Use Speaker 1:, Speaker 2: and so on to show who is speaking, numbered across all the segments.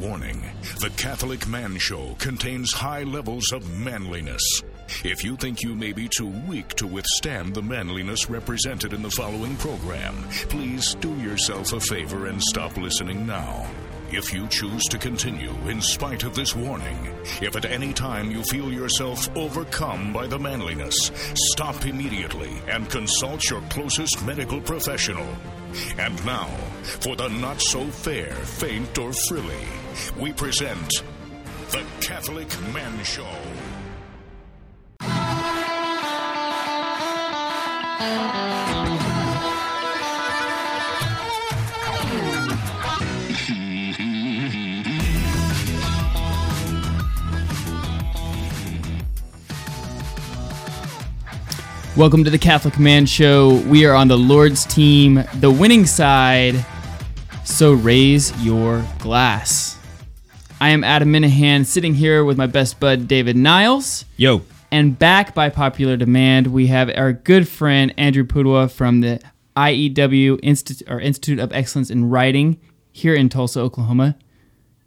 Speaker 1: Warning The Catholic Man Show contains high levels of manliness. If you think you may be too weak to withstand the manliness represented in the following program, please do yourself a favor and stop listening now. If you choose to continue in spite of this warning, if at any time you feel yourself overcome by the manliness, stop immediately and consult your closest medical professional. And now, for the not so fair, faint, or frilly, we present The Catholic Man Show.
Speaker 2: Welcome to the Catholic Man Show. We are on the Lord's team, the winning side. So raise your glass. I am Adam Minahan, sitting here with my best bud David Niles,
Speaker 3: Yo,
Speaker 2: and back by popular demand, we have our good friend Andrew Pudua from the IEW Institute or Institute of Excellence in Writing here in Tulsa, Oklahoma.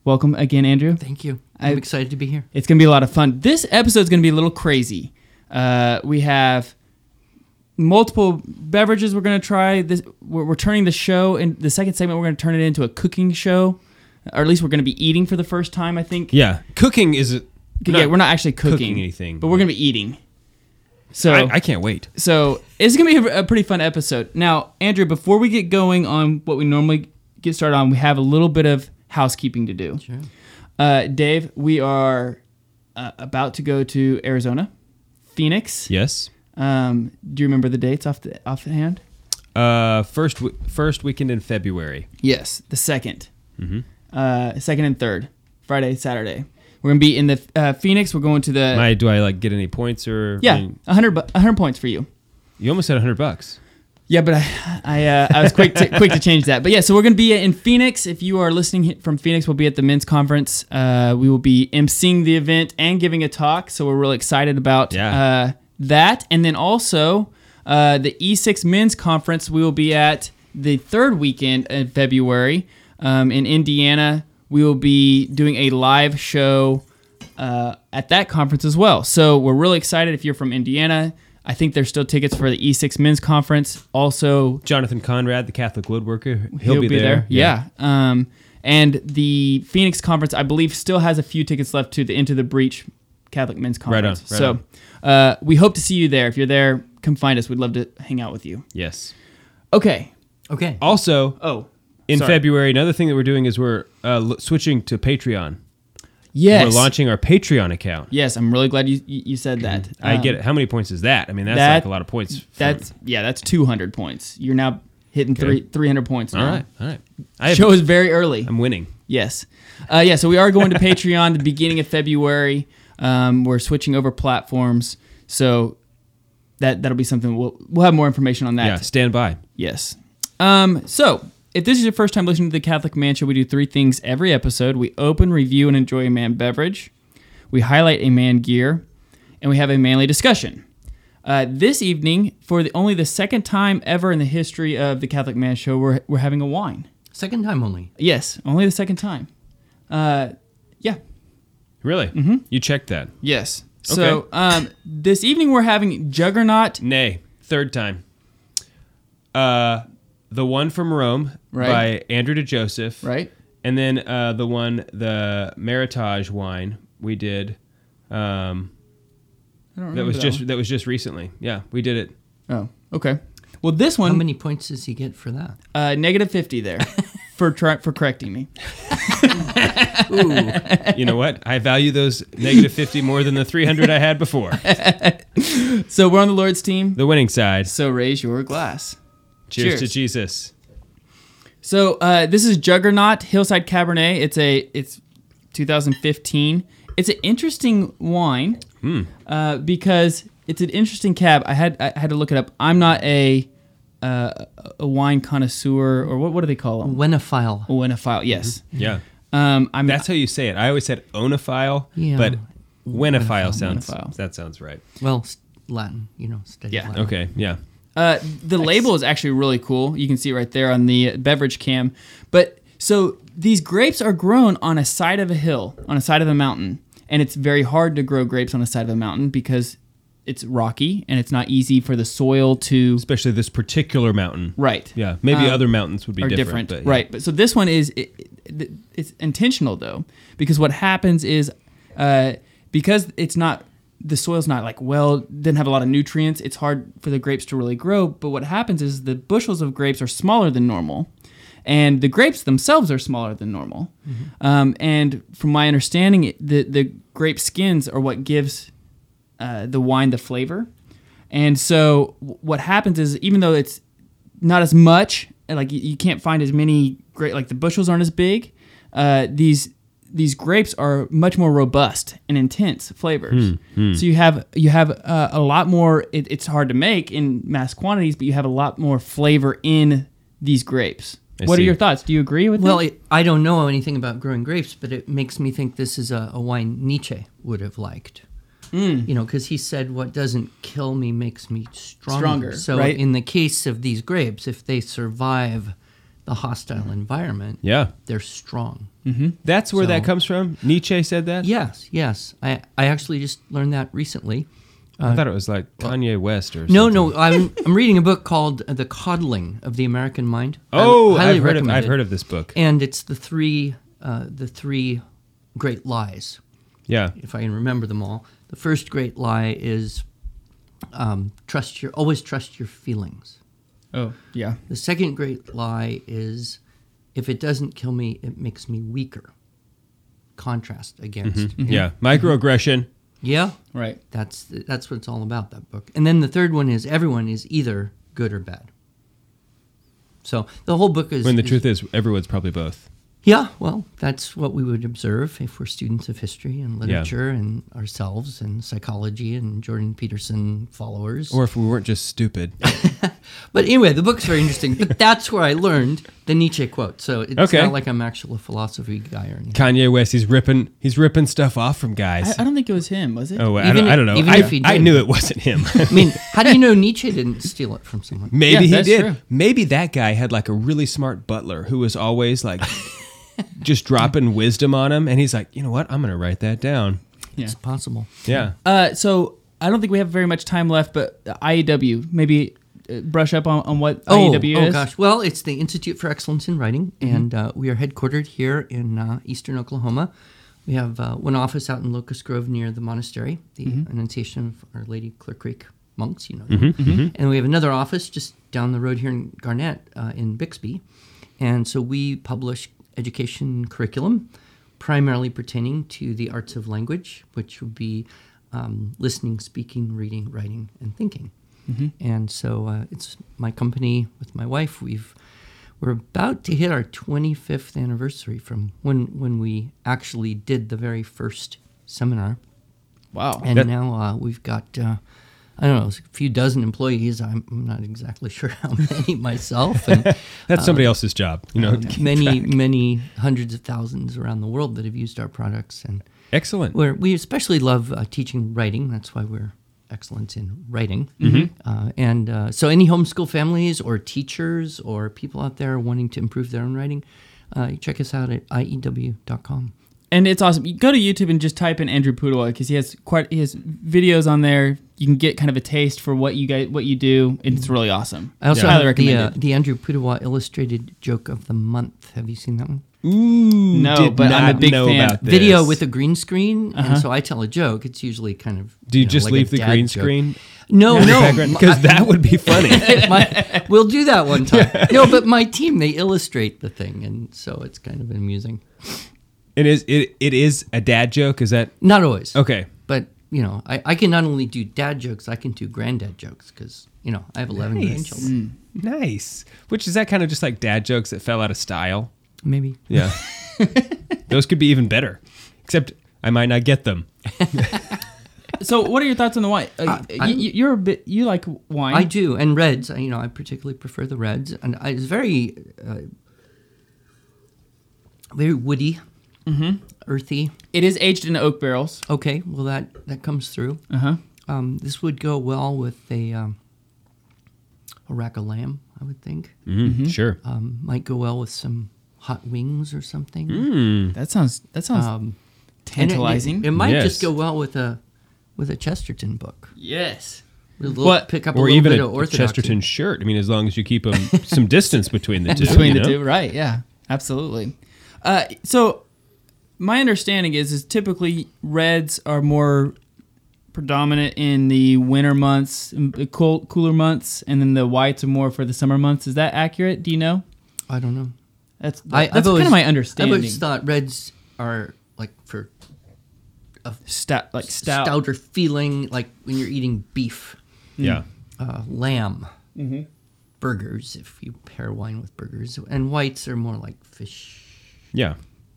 Speaker 2: Welcome again, Andrew.
Speaker 4: Thank you. I'm
Speaker 2: I-
Speaker 4: excited to be here.
Speaker 2: It's gonna be a lot of fun. This episode's gonna be a little crazy. Uh, we have multiple beverages we're gonna try. This we're, we're turning the show in the second segment. We're gonna turn it into a cooking show, or at least we're gonna be eating for the first time. I think.
Speaker 3: yeah, cooking is. a-
Speaker 2: yeah, we're not actually cooking,
Speaker 3: cooking anything.
Speaker 2: but we're gonna be eating. So
Speaker 3: I, I can't wait.
Speaker 2: so it's gonna be a, a pretty fun episode. Now, Andrew, before we get going on what we normally get started on, we have a little bit of housekeeping to do. Sure. Uh, Dave, we are uh, about to go to Arizona, Phoenix.
Speaker 3: Yes.
Speaker 2: Um, do you remember the dates off the off the hand?
Speaker 3: Uh, first w- first weekend in February.
Speaker 2: Yes, the 2nd Uh, second and third, Friday, Saturday. We're gonna be in the uh, Phoenix. We're going to the
Speaker 3: My, do I like get any points or? I
Speaker 2: yeah,
Speaker 3: mean,
Speaker 2: hundred hundred points for you.
Speaker 3: you almost had hundred bucks.
Speaker 2: Yeah, but I I, uh, I was quick to, quick to change that. But yeah, so we're going to be in Phoenix. If you are listening he- from Phoenix, we'll be at the men's conference. Uh, we will be emceeing the event and giving a talk. So we're really excited about
Speaker 3: Yeah.
Speaker 2: uh, that. And then also uh, the E6 men's conference we will be at the third weekend in February um, in Indiana. We will be doing a live show uh, at that conference as well. So we're really excited if you're from Indiana. I think there's still tickets for the E6 Men's Conference. Also,
Speaker 3: Jonathan Conrad, the Catholic woodworker,
Speaker 2: he'll, be, there. Yeah. Um, and the Phoenix Conference, I believe, still has a few tickets left to the Into the Breach Catholic Men's
Speaker 3: on,
Speaker 2: Conference.
Speaker 3: right
Speaker 2: so Uh, we hope to see you there. If you're there, come find us. We'd love to hang out with you.
Speaker 3: Yes.
Speaker 2: Okay.
Speaker 4: Okay.
Speaker 3: Also,
Speaker 2: Oh,
Speaker 3: in
Speaker 2: sorry.
Speaker 3: February, another thing that we're doing is we're uh, l- switching to Patreon.
Speaker 2: Yes.
Speaker 3: We're launching our Patreon account.
Speaker 2: Yes, I'm really glad you you you said that.
Speaker 3: I
Speaker 2: Um,
Speaker 3: get it. How many points is that? I mean, that's
Speaker 2: that-
Speaker 3: like a lot of points. for-
Speaker 2: That's yeah, that's 200 points. You're now hitting three 300 points.
Speaker 3: all
Speaker 2: now.
Speaker 3: right. All right. I have,
Speaker 2: Show is very early.
Speaker 3: I'm winning.
Speaker 2: Yes. Uh, yeah, so we are going to Patreon the beginning of February. Um, we're switching over platforms. So that that'll be something we'll we'll have more information on that.
Speaker 3: Yeah. Stand by.
Speaker 2: Yes. Um, so, if this is your first time listening to the Catholic Man Show, we do three things every episode. We open, review, and enjoy a man beverage. We highlight a man gear, and we have a manly discussion. Uh, this evening, for the, only the second time ever in the history of the Catholic Man Show, we're, we're having a wine.
Speaker 4: Second time only.
Speaker 2: Yes, only the second time. Uh, yeah.
Speaker 3: Really?
Speaker 2: Mm-hmm.
Speaker 3: You checked that?
Speaker 2: Yes. So um, this evening we're having Juggernaut.
Speaker 3: Nay, third time. Uh, the one from Rome
Speaker 2: Right.
Speaker 3: by Andrew De Joseph,
Speaker 2: Right.
Speaker 3: And then uh, the one, the Meritage wine we did. Um,
Speaker 2: I don't
Speaker 3: that was
Speaker 2: remember
Speaker 3: just
Speaker 2: one.
Speaker 3: that was just recently. Yeah, we did it.
Speaker 2: Oh, okay. Well, this one.
Speaker 4: How many points does he get for that?
Speaker 2: Uh, negative fifty there for try, for correcting me.
Speaker 3: You know what? I value those negative fifty more than the three hundred I had before.
Speaker 2: So we're on the Lord's team.
Speaker 3: The winning side.
Speaker 2: So raise your glass.
Speaker 3: Cheers, to
Speaker 2: Cheers.
Speaker 3: Jesus.
Speaker 2: So uh, this is Juggernaut Hillside Cabernet. It's a it's 2015. It's an interesting wine uh, because it's an interesting cab. I had I had to look it up. I'm not a uh, a wine connoisseur or what what do they call them?
Speaker 4: Wenophile.
Speaker 2: Winophile. Yes.
Speaker 3: Yeah,
Speaker 2: Um, I'm
Speaker 3: that's how you say it. I always said onophile,
Speaker 4: Yeah.
Speaker 3: but winophile sounds
Speaker 2: winophile.
Speaker 3: that sounds right.
Speaker 4: Well, s- Latin, you know, study
Speaker 2: Yeah.
Speaker 4: Latin.
Speaker 3: Okay, yeah.
Speaker 2: Uh, the label is actually really cool. You can see it right there on the beverage cam. But So these grapes are grown on a side of a hill, on a side of a mountain, and it's very hard to grow grapes on a side of a mountain because it's rocky and it's not easy for the soil to
Speaker 3: especially this particular mountain.
Speaker 2: right.
Speaker 3: Yeah, maybe
Speaker 2: Um,
Speaker 3: other mountains would be
Speaker 2: are
Speaker 3: different.
Speaker 2: different,
Speaker 3: but yeah.
Speaker 2: right? But so this one is it, it, it's intentional though, because what happens is uh, because it's not the soil's not like well didn't have a lot of nutrients. It's hard for the grapes to really grow. But what happens is the bushels of grapes are smaller than normal, and the grapes themselves are smaller than normal.
Speaker 3: Mm-hmm.
Speaker 2: Um, and from my understanding, it, the the grape skins are what gives uh, the wine the flavor. And so w- what happens is even though it's not as much, and, like you, you can't find as many great like the bushels aren't as big, uh, these these grapes are much more robust and intense
Speaker 3: Hmm,
Speaker 2: flavors. So you have you have uh, a lot more. It, it's hard to make in mass quantities, but you have a lot more flavor in these grapes.
Speaker 3: I
Speaker 2: what
Speaker 3: see.
Speaker 2: are your thoughts? Do you agree with
Speaker 4: Well,
Speaker 2: that?
Speaker 4: it, I don't know anything about growing grapes, but it makes me think this is a, a wine Nietzsche would have liked.
Speaker 2: Hmm.
Speaker 4: You know, because he said, "What doesn't kill me makes me stronger."
Speaker 2: Stronger,
Speaker 4: so,
Speaker 2: right.
Speaker 4: in the case of these grapes, if they survive the hostile environment,
Speaker 3: Yeah,
Speaker 4: they're strong.
Speaker 3: that's where that
Speaker 4: So-
Speaker 3: comes from. Nietzsche said that.
Speaker 4: Yes, yes. I I actually just learned that recently.
Speaker 3: I thought it was like Kanye West or
Speaker 4: No,
Speaker 3: something.
Speaker 4: no. I'm I'm reading a book called "The Coddling of the American Mind." I
Speaker 3: Oh,
Speaker 4: highly
Speaker 3: I've heard of
Speaker 4: recommend
Speaker 3: I've
Speaker 4: it.
Speaker 3: heard of this book.
Speaker 4: and it's the three uh, the three great lies
Speaker 3: Yeah,
Speaker 4: if i can remember them all the first great lie is um, trust your always trust your feelings
Speaker 2: oh yeah,
Speaker 4: the second great lie is if it doesn't kill me it makes me weaker contrast against
Speaker 3: Mm-hmm. yeah.
Speaker 4: Mm-hmm.
Speaker 3: Microaggression.
Speaker 4: yeah
Speaker 2: right.
Speaker 4: that's that's what it's all about that book and then the third one is everyone is either good or bad so the whole book is
Speaker 3: When the
Speaker 4: is-
Speaker 3: truth is, everyone's probably both.
Speaker 4: Yeah, well, that's what we would observe if we're students of history and literature and ourselves and psychology and Jordan Peterson followers.
Speaker 3: Or if we weren't just stupid.
Speaker 4: but anyway, the book's very interesting. but that's where I learned the Nietzsche quote. So it's
Speaker 3: Okay.
Speaker 4: not like I'm actually a philosophy guy or anything.
Speaker 3: Kanye West, he's ripping, he's ripping stuff off from guys.
Speaker 2: I, I don't think it was him, was it?
Speaker 3: oh, I
Speaker 4: even
Speaker 3: don't, I don't
Speaker 4: if-
Speaker 3: know.
Speaker 4: even
Speaker 3: I,
Speaker 4: if he
Speaker 3: I
Speaker 4: did.
Speaker 3: knew it wasn't him.
Speaker 4: I mean, how do you know Nietzsche didn't steal it from someone?
Speaker 3: Maybe
Speaker 2: Yeah,
Speaker 3: he
Speaker 2: that's
Speaker 3: did.
Speaker 2: true.
Speaker 3: Maybe that guy had like a really smart butler who was always like just dropping wisdom on him, and he's like, you know what? I'm gonna write that down.
Speaker 4: It's possible.
Speaker 3: Yeah.
Speaker 2: Uh, so I don't think we have very much time left, but IEW, maybe uh, brush up on, on what IEW
Speaker 4: oh
Speaker 2: E is.
Speaker 4: gosh. Well, it's the Institute for Excellence in Writing, and uh, we are headquartered here in uh, eastern Oklahoma. We have uh, one office out in Locust Grove near the monastery, the Annunciation of Our Lady Clear Creek monks, you know. them. And we have another office just down the road here in Garnett uh, in Bixby. And so we publish education curriculum primarily pertaining to the arts of language, which would be um, listening, speaking, reading, writing, and thinking. And so uh, it's my company with my wife. We've we're about to hit our 25th anniversary from when when we actually did the very first seminar,
Speaker 2: Wow.
Speaker 4: and
Speaker 3: That-
Speaker 4: now uh, we've got. Uh, I don't know, it's a few dozen employees. I'm I'm not exactly sure how many myself. And
Speaker 3: That's somebody else's job. You know.
Speaker 4: many, many hundreds of thousands around the world that have used our products. And
Speaker 3: Excellent.
Speaker 4: we're, we especially love uh, teaching writing. That's why we're excellent in writing.
Speaker 3: Mm-hmm.
Speaker 4: Uh, and uh, so, any homeschool families or teachers or people out there wanting to improve their own writing, uh, check us out at iew.com.
Speaker 2: and it's awesome. You go to YouTube and just type in Andrew Pudua because he has quite he has videos on there. You can get kind of a taste for what you guys what you do, and it's really awesome.
Speaker 4: I also
Speaker 2: highly
Speaker 4: have the,
Speaker 2: recommend
Speaker 4: uh,
Speaker 2: it.
Speaker 4: the Andrew Pudawa illustrated joke of the month. Have you seen that one?
Speaker 3: Ooh,
Speaker 2: No,
Speaker 3: did
Speaker 2: but I'm a
Speaker 3: not
Speaker 2: big
Speaker 3: know
Speaker 2: fan.
Speaker 3: about this. Uh-huh.
Speaker 4: Video with a green screen. And so I tell a joke. It's usually kind of.
Speaker 3: Do you
Speaker 4: know,
Speaker 3: just
Speaker 4: like a
Speaker 3: leave the
Speaker 4: dad
Speaker 3: green
Speaker 4: joke.
Speaker 3: screen?
Speaker 4: No, no.
Speaker 3: Because that would be funny.
Speaker 4: my, we'll do that one time. No, but my team they illustrate the thing, and so it's kind of amusing.
Speaker 3: It is. It it is a dad joke. Is that
Speaker 4: Not always,
Speaker 3: okay?
Speaker 4: but you know, I, I can not only do dad jokes, I can do granddad jokes because you know I have eleven grandchildren.
Speaker 3: Nice. Which is that kind of just like dad jokes that fell out of style?
Speaker 4: Maybe
Speaker 3: Yeah. Those could be even better. Except I might not get them.
Speaker 2: So, what are your thoughts on the wine? Uh, y- y-
Speaker 4: I'm-
Speaker 2: you're a bit you like wine.
Speaker 4: I do, and reds. I, you know, I particularly prefer the reds, and I, it's very, uh, very woody,
Speaker 3: Mm-hmm.
Speaker 4: earthy.
Speaker 2: It is aged in oak barrels.
Speaker 4: Okay, well that that comes through.
Speaker 2: Uh huh.
Speaker 4: Um, this would go well with a um, a rack of lamb, I would think.
Speaker 3: Mm, Sure.
Speaker 4: Mm-hmm. um, might go well with some hot wings or something.
Speaker 2: That sounds that sounds
Speaker 4: Um, and Hmm. it-
Speaker 2: Hmm. tantalizing.
Speaker 4: It, it might just go
Speaker 3: Yes.
Speaker 4: well with a with a Chesterton book.
Speaker 2: yes.
Speaker 4: We'll
Speaker 2: What-
Speaker 4: pick up a
Speaker 3: or
Speaker 4: little
Speaker 3: even
Speaker 4: bit
Speaker 3: a,
Speaker 4: of
Speaker 3: a
Speaker 4: orthodoxy.
Speaker 3: Chesterton shirt. I mean, as long as you keep 'em some distance between the two.
Speaker 2: between
Speaker 3: you
Speaker 2: the
Speaker 3: know?
Speaker 2: two, right? Yeah, absolutely. Uh, so, my understanding is is typically reds are more predominant in the winter months, m- the cool, cooler months, and then the whites are more for the summer months. Is that accurate? Do you know?
Speaker 4: I don't know.
Speaker 2: That's
Speaker 4: I,
Speaker 2: that's kind of my understanding.
Speaker 4: I've always thought reds are like for
Speaker 2: stout, like stout.
Speaker 4: stouter feeling, like when you're eating beef,
Speaker 3: Yeah.
Speaker 4: uh, lamb,
Speaker 2: Mm-hmm.
Speaker 4: burgers. If you pair wine with burgers, and whites are more like fish.
Speaker 3: Yeah.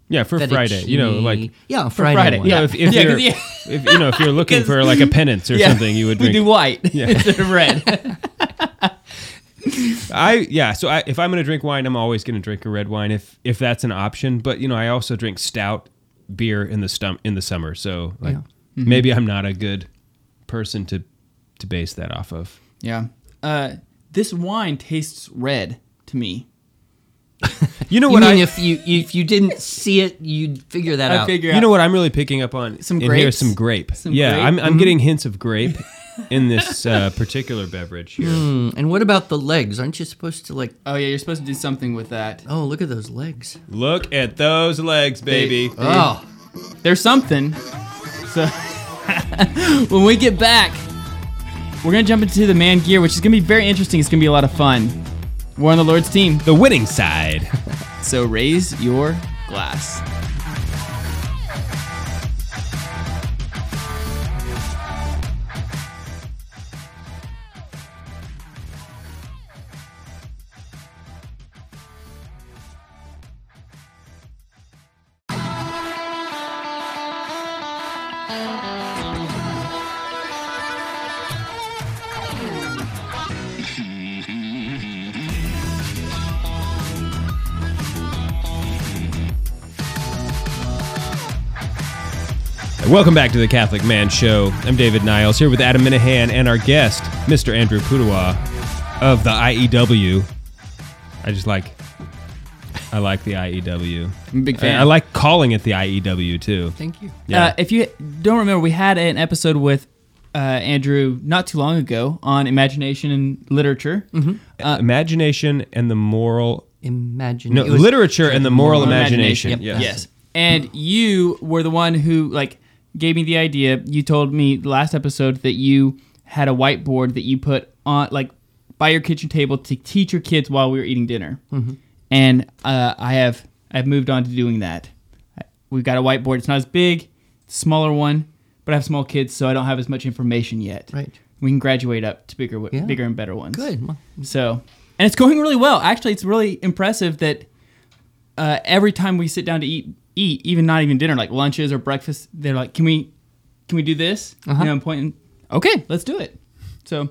Speaker 3: Yeah. For Friday, you know, like.
Speaker 4: fettuccine. yeah, Friday.
Speaker 2: Friday,
Speaker 4: wine.
Speaker 3: You
Speaker 2: yeah.
Speaker 3: know, if, if
Speaker 2: Yeah, 'cause
Speaker 3: you're,
Speaker 2: yeah.
Speaker 3: if, you know, if you're looking
Speaker 2: 'Cause-
Speaker 3: for like a penance or
Speaker 2: Yeah.
Speaker 3: something, you would
Speaker 2: we
Speaker 3: drink.
Speaker 2: do white instead of red.
Speaker 3: I yeah. So I, if I'm going to drink wine, I'm always going to drink a red wine if if that's an option. But you know, I also drink stout beer in the stum- in the summer. So like,
Speaker 4: Yeah. Mm-hmm.
Speaker 3: maybe I'm not a good person to to base that off of.
Speaker 2: yeah. Uh, this wine tastes red to me.
Speaker 3: You know
Speaker 4: You
Speaker 3: what
Speaker 4: mean
Speaker 3: I
Speaker 4: if you if you didn't see it, you'd figure that
Speaker 2: I
Speaker 4: out.
Speaker 2: figure
Speaker 3: you
Speaker 2: out.
Speaker 3: know what I'm really picking up on
Speaker 2: Some
Speaker 3: in here is
Speaker 2: grapes?
Speaker 3: some grape.
Speaker 2: Some
Speaker 3: yeah,
Speaker 2: grape? Mm-hmm.
Speaker 3: I'm I'm getting hints of grape in this uh, particular beverage here.
Speaker 2: Hmm.
Speaker 4: Mm, and what about the legs? Aren't you supposed to like?
Speaker 2: Oh yeah, you're supposed to do something with that.
Speaker 4: Oh, look at those legs.
Speaker 3: Look at those legs, baby.
Speaker 2: They-
Speaker 4: Oh,
Speaker 2: there's something. So when we get back, we're gonna jump into the man gear, which is gonna be very interesting. It's gonna be a lot of fun. We're on the Lord's team,
Speaker 3: The winning side.
Speaker 2: so raise your glass.
Speaker 3: Welcome back to the Catholic Man Show. I'm David Niles here with Adam Minahan and our guest, Mr. Andrew Pudawa of the IEW. I just like, I like the IEW.
Speaker 2: I'm a big fan.
Speaker 3: I, I like calling it the IEW too.
Speaker 4: thank you.
Speaker 3: Yeah.
Speaker 2: Uh, if you don't remember, we had an episode with uh, Andrew not too long ago on imagination and literature. Mm-hmm.
Speaker 3: Imagination and the moral,
Speaker 4: Imagine.
Speaker 3: no,
Speaker 4: it was-
Speaker 3: literature and the moral, imagination.
Speaker 2: Yes. And you were the one who like gave me the idea. You told me last episode that you had a whiteboard that you put on like by your kitchen table to teach your kids while we were eating dinner.
Speaker 4: Mm-hmm.
Speaker 2: And uh, I have I've moved on to doing that. We've got a whiteboard. It's not as big, it's a smaller one, but I have small kids, so I don't have as much information yet.
Speaker 4: Right.
Speaker 2: We can graduate up to bigger,
Speaker 4: Yeah.
Speaker 2: bigger and better ones.
Speaker 4: Good. Well,
Speaker 2: So, and it's going really well. Actually, it's really impressive that uh, every time we sit down to eat, eat even not even dinner, like lunches or breakfast, they're like, "Can we, can we do this?"
Speaker 4: Uh-huh.
Speaker 2: You know, I'm pointing. Okay, let's do it. So,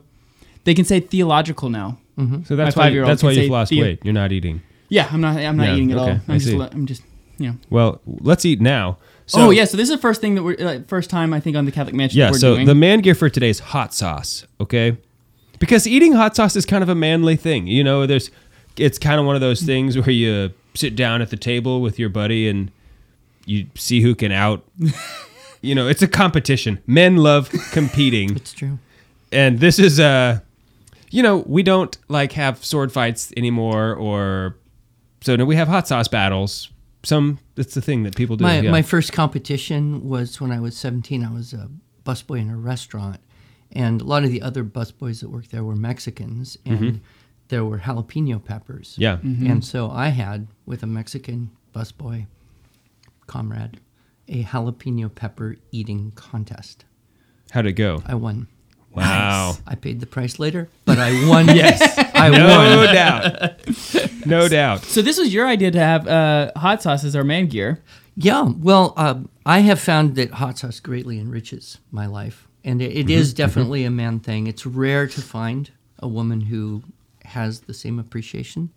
Speaker 2: they can say theological now.
Speaker 3: So that's
Speaker 2: My
Speaker 3: why
Speaker 2: five-year-old
Speaker 3: that's why
Speaker 2: can
Speaker 3: you've
Speaker 2: say
Speaker 3: lost
Speaker 2: the-
Speaker 3: weight. You're not eating.
Speaker 2: Yeah, I'm not. I'm not
Speaker 3: Yeah,
Speaker 2: eating at
Speaker 3: okay,
Speaker 2: all.
Speaker 3: I
Speaker 2: I'm just.
Speaker 3: see.
Speaker 2: le- I'm just. You know.
Speaker 3: Well, let's eat now. So,
Speaker 2: oh yeah, so this is the first thing that we're like, first time I think on the Catholic Mansion.
Speaker 3: Yeah,
Speaker 2: that we're
Speaker 3: so
Speaker 2: doing.
Speaker 3: the man gear for today is hot sauce, okay? Because eating hot sauce is kind of a manly thing. You know, there's it's kind of one of those things where you sit down at the table with your buddy and you see who can out you know, it's a competition. Men love competing.
Speaker 4: it's true.
Speaker 3: and this is uh you know, we don't like have sword fights anymore or so no we have hot sauce battles. Some it's the thing that people do.
Speaker 4: My
Speaker 3: yeah.
Speaker 4: my first competition was when I was 17. I was a busboy in a restaurant, and a lot of the other busboys that worked there were Mexicans, and there were jalapeno peppers.
Speaker 3: Mm-hmm. Yeah.
Speaker 4: And so I had with a Mexican busboy comrade a jalapeno pepper eating contest.
Speaker 3: How'd it go?
Speaker 4: I won.
Speaker 3: Wow.
Speaker 4: I paid the price later, but I won.
Speaker 3: Yes.
Speaker 4: I won.
Speaker 3: No doubt. No doubt.
Speaker 2: so this was your idea to have uh, hot sauce as our man gear.
Speaker 4: Yeah, well, um, I have found that hot sauce greatly enriches my life, and it,
Speaker 3: Mm-hmm,
Speaker 4: it is definitely a man thing. It's rare to find a woman who has the same appreciation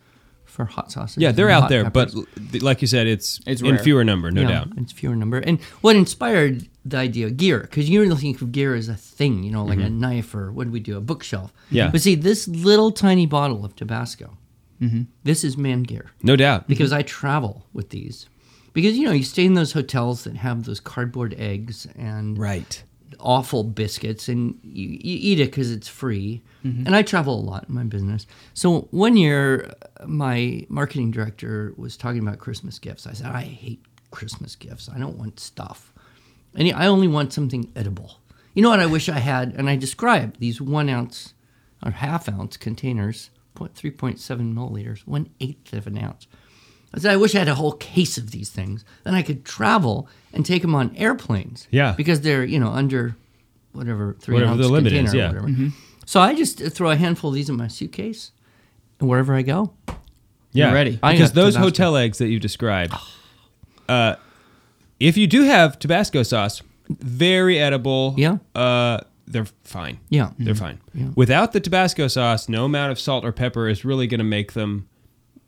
Speaker 4: for hot sauces.
Speaker 3: Yeah, they're
Speaker 4: and
Speaker 3: out
Speaker 4: hot
Speaker 3: there, but
Speaker 4: peppers.
Speaker 3: l- th- like you said, it's,
Speaker 2: It's
Speaker 3: in
Speaker 2: rare.
Speaker 3: fewer number, no
Speaker 4: Yeah,
Speaker 3: doubt.
Speaker 4: it's fewer number. And what inspired the idea of gear? Because you really think of gear as a thing, you know, like a knife or what do we do, a bookshelf.
Speaker 3: Mm-hmm. Yeah.
Speaker 4: But see, this little tiny bottle of Tabasco
Speaker 3: Mm-hmm.
Speaker 4: This is man gear
Speaker 3: No doubt.
Speaker 4: because I travel with these. Because you know, you stay in those hotels that have those cardboard eggs and
Speaker 3: Right.
Speaker 4: awful biscuits, and you, you eat it because it's free. And I travel a lot in my business. So one year, my marketing director was talking about Christmas gifts. I said, I hate Christmas gifts. I don't want stuff. And I only want something edible. You know what I wish I had? And I described these one ounce or half ounce containers, point- 3.7 milliliters, one eighth of an ounce. I said, I wish I had a whole case of these things. Then I could travel and take them on airplanes.
Speaker 3: Yeah.
Speaker 4: Because they're, you know, under whatever, three
Speaker 3: Whatever
Speaker 4: ounce
Speaker 3: the limit
Speaker 4: container
Speaker 3: is,
Speaker 4: or
Speaker 3: yeah.
Speaker 4: whatever. So I just throw a handful of these in my suitcase and wherever I go.
Speaker 3: Yeah.
Speaker 2: You're ready.
Speaker 4: I
Speaker 3: Because
Speaker 4: got
Speaker 3: those
Speaker 4: Tabasco.
Speaker 3: hotel eggs that you described, uh, if you do have Tabasco sauce, very edible.
Speaker 4: Yeah.
Speaker 3: Uh, they're fine.
Speaker 4: Yeah.
Speaker 3: They're fine. Without the Tabasco sauce, no amount of salt or pepper is really going to make them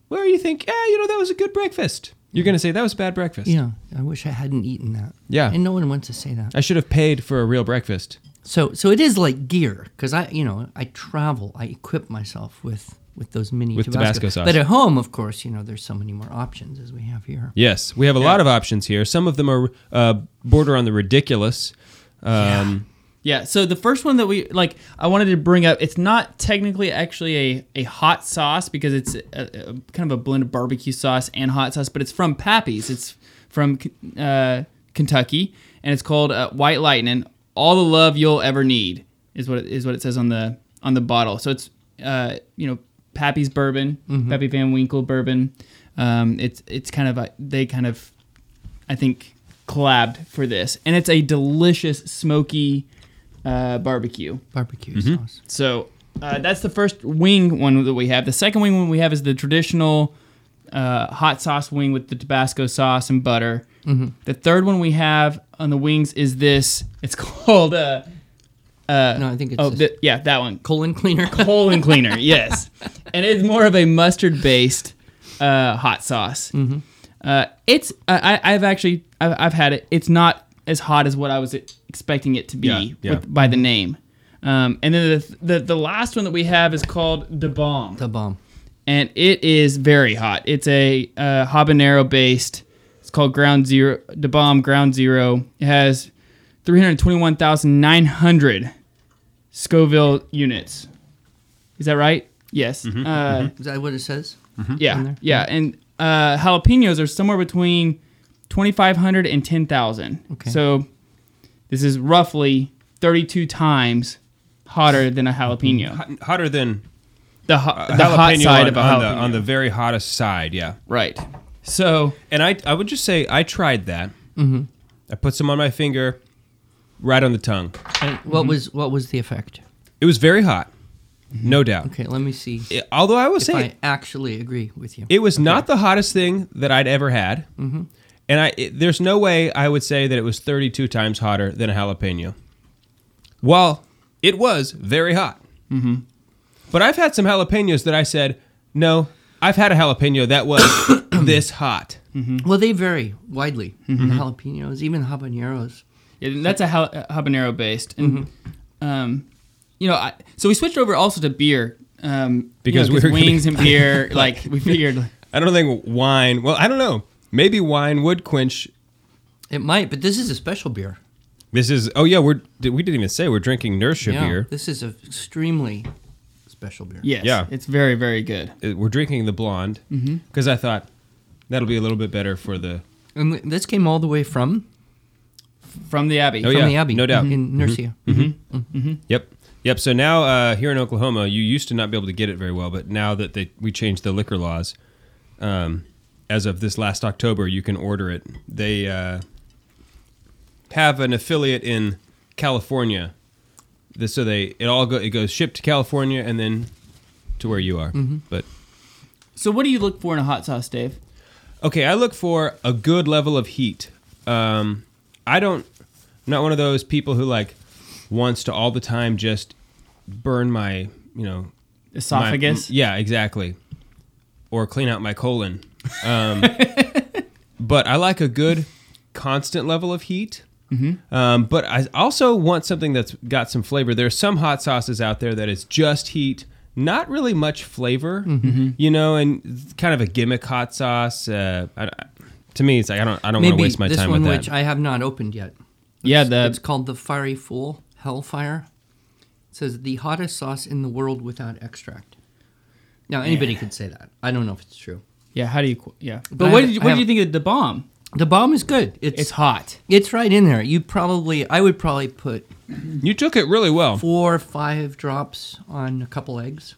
Speaker 3: where you think, yeah, you know, that was a good breakfast. You're going to say that was a bad breakfast.
Speaker 4: Yeah. I wish I hadn't eaten that.
Speaker 3: Yeah.
Speaker 4: And no one wants to say that.
Speaker 3: I should have paid for a real breakfast.
Speaker 4: So so it is like gear because I you know I travel I equip myself with with those mini
Speaker 3: With
Speaker 4: Tabasco.
Speaker 3: Tabasco sauce.
Speaker 4: But at home, of course, you know there's so many more options as we have here.
Speaker 3: Yes, we have a lot of options here. Some of them are uh, border on the ridiculous. Um,
Speaker 2: Yeah. So the first one that we like, I wanted to bring up. It's not technically actually a, a hot sauce because it's a, a, kind of a blend of barbecue sauce and hot sauce, but it's from Pappy's. It's from uh, Kentucky, and it's called uh, White Lightning. All the love you'll ever need is what it, is what it says on the on the bottle. So it's uh, you know Pappy's bourbon, Pappy Van Winkle bourbon. Um, it's it's kind of a, they kind of I think collabed for this, and it's a delicious smoky uh, barbecue.
Speaker 4: Barbecue
Speaker 3: Mm-hmm.
Speaker 4: sauce.
Speaker 2: So uh, that's the first wing one that we have. The second wing one we have is the traditional uh, hot sauce wing with the Tabasco sauce and butter.
Speaker 4: Mm-hmm.
Speaker 2: The third one we have on the wings is this. It's called uh,
Speaker 4: no, I think it's
Speaker 2: oh
Speaker 4: just
Speaker 2: th- yeah that one
Speaker 4: colon cleaner.
Speaker 2: colon cleaner. yes, and it's more of a mustard based uh, hot sauce. Mm-hmm. Uh, it's I, I- I've actually I've, I've had it. It's not as hot as what I was expecting it to be
Speaker 3: Yeah, yeah.
Speaker 2: With, by the name. Um, and then the, the the last one that we have is called the bomb,
Speaker 4: the bomb.
Speaker 2: and it is very hot. It's a uh, habanero based. It's called Ground Zero. The bomb Ground Zero. It has three hundred twenty one thousand nine hundred Scoville units. Is that right? Yes.
Speaker 3: Mm-hmm,
Speaker 2: Uh,
Speaker 4: Is that what it says?
Speaker 2: Yeah. Yeah. And uh, jalapenos are somewhere between 2,500 and 10,000.
Speaker 4: Okay.
Speaker 2: So this is roughly 32 times hotter than a jalapeno.
Speaker 3: hot- hotter than
Speaker 2: The, ho-
Speaker 3: Mm-hmm. a
Speaker 2: the hot
Speaker 3: jalapeno
Speaker 2: side
Speaker 3: on,
Speaker 2: of a
Speaker 3: on
Speaker 2: jalapeno.
Speaker 3: the, on the very hottest side. Yeah.
Speaker 2: right. So
Speaker 3: And I, I would just say I tried that. Mm-hmm. I put some on my finger, right on the tongue.
Speaker 4: And what
Speaker 3: Mm-hmm.
Speaker 4: was what was the effect?
Speaker 3: It was very hot, no doubt.
Speaker 4: Okay, let me see
Speaker 3: It- although I will
Speaker 4: if
Speaker 3: say
Speaker 4: I actually agree with you.
Speaker 3: it was not the hottest thing that I'd ever had. Mm-hmm. And I, it- there's no way I would say that it was 32 times hotter than a jalapeno. While it was very hot. Mm-hmm. But I've had some jalapenos that I said, no, I've had a jalapeno that was this hot.
Speaker 4: well, they vary widely. The
Speaker 3: Mm-hmm.
Speaker 4: jalapenos, even habaneros.
Speaker 2: Yeah, and that's a jal- a habanero based, and
Speaker 3: Mm-hmm.
Speaker 2: um, you know, I, so we switched over also to beer um,
Speaker 3: Because
Speaker 2: you know,
Speaker 3: we were gonna-
Speaker 2: wings and beer. like we figured,
Speaker 3: I don't think wine, well, I don't know. Maybe wine would quench.
Speaker 4: It might, but this is a special beer.
Speaker 3: This is, oh yeah, we're, did- we didn't even say we're drinking Nersha beer.
Speaker 4: This is an extremely special beer.
Speaker 2: yes,
Speaker 3: Yeah.
Speaker 2: it's very very good.
Speaker 3: Uh, We're drinking the blonde because I thought that'll be a little bit better for the
Speaker 4: And this came all the way from
Speaker 2: From the Abbey,
Speaker 3: Oh,
Speaker 4: from
Speaker 3: yeah,
Speaker 4: the Abbey,
Speaker 3: no doubt. Mm-hmm.
Speaker 4: in Nursia.
Speaker 3: Yep. Yep. So now uh, here in Oklahoma, you used to not be able to get it very well, but now that they, we changed the liquor laws, um, as of this last October, you can order it. They uh, have an affiliate in California, This- so they it all go, it goes shipped to California and then to where you are. But
Speaker 2: So what do you look for in a hot sauce, Dave?
Speaker 3: Okay, I look for a good level of heat. Um, I don't, I'm not one of those people who like wants to all the time just burn my, you know, my- mm,
Speaker 2: Esophagus.
Speaker 3: yeah, exactly. Or clean out my colon. Um, but I like a good, constant level of heat.
Speaker 4: Mm-hmm.
Speaker 3: Um, but I also want something that's got some flavor. There's some hot sauces out there that is just heat, not really much flavor,
Speaker 4: Mm-hmm.
Speaker 3: you know, and it's kind of a gimmick hot sauce. Uh, I, I- to me, it's like I don't I don't want to
Speaker 4: Maybe
Speaker 3: waste my
Speaker 4: this
Speaker 3: time
Speaker 4: one,
Speaker 3: with that.
Speaker 4: which I have not opened yet.
Speaker 2: Yeah,
Speaker 4: It's-
Speaker 2: the
Speaker 4: it's called the Fiery Fool Hellfire. It says the hottest sauce in the world without extract. Now anybody could say that. I don't know if it's true.
Speaker 2: yeah. How do you? qu- Yeah. But,
Speaker 4: I
Speaker 2: what
Speaker 4: have-
Speaker 2: did you,
Speaker 4: I
Speaker 2: what
Speaker 4: have-
Speaker 2: do you think of the bomb?
Speaker 4: The bomb is good. It's
Speaker 2: It's
Speaker 4: it's,
Speaker 2: hot.
Speaker 4: right in there. You probably I would probably put
Speaker 3: you took it really well.
Speaker 4: four or five drops on a couple eggs.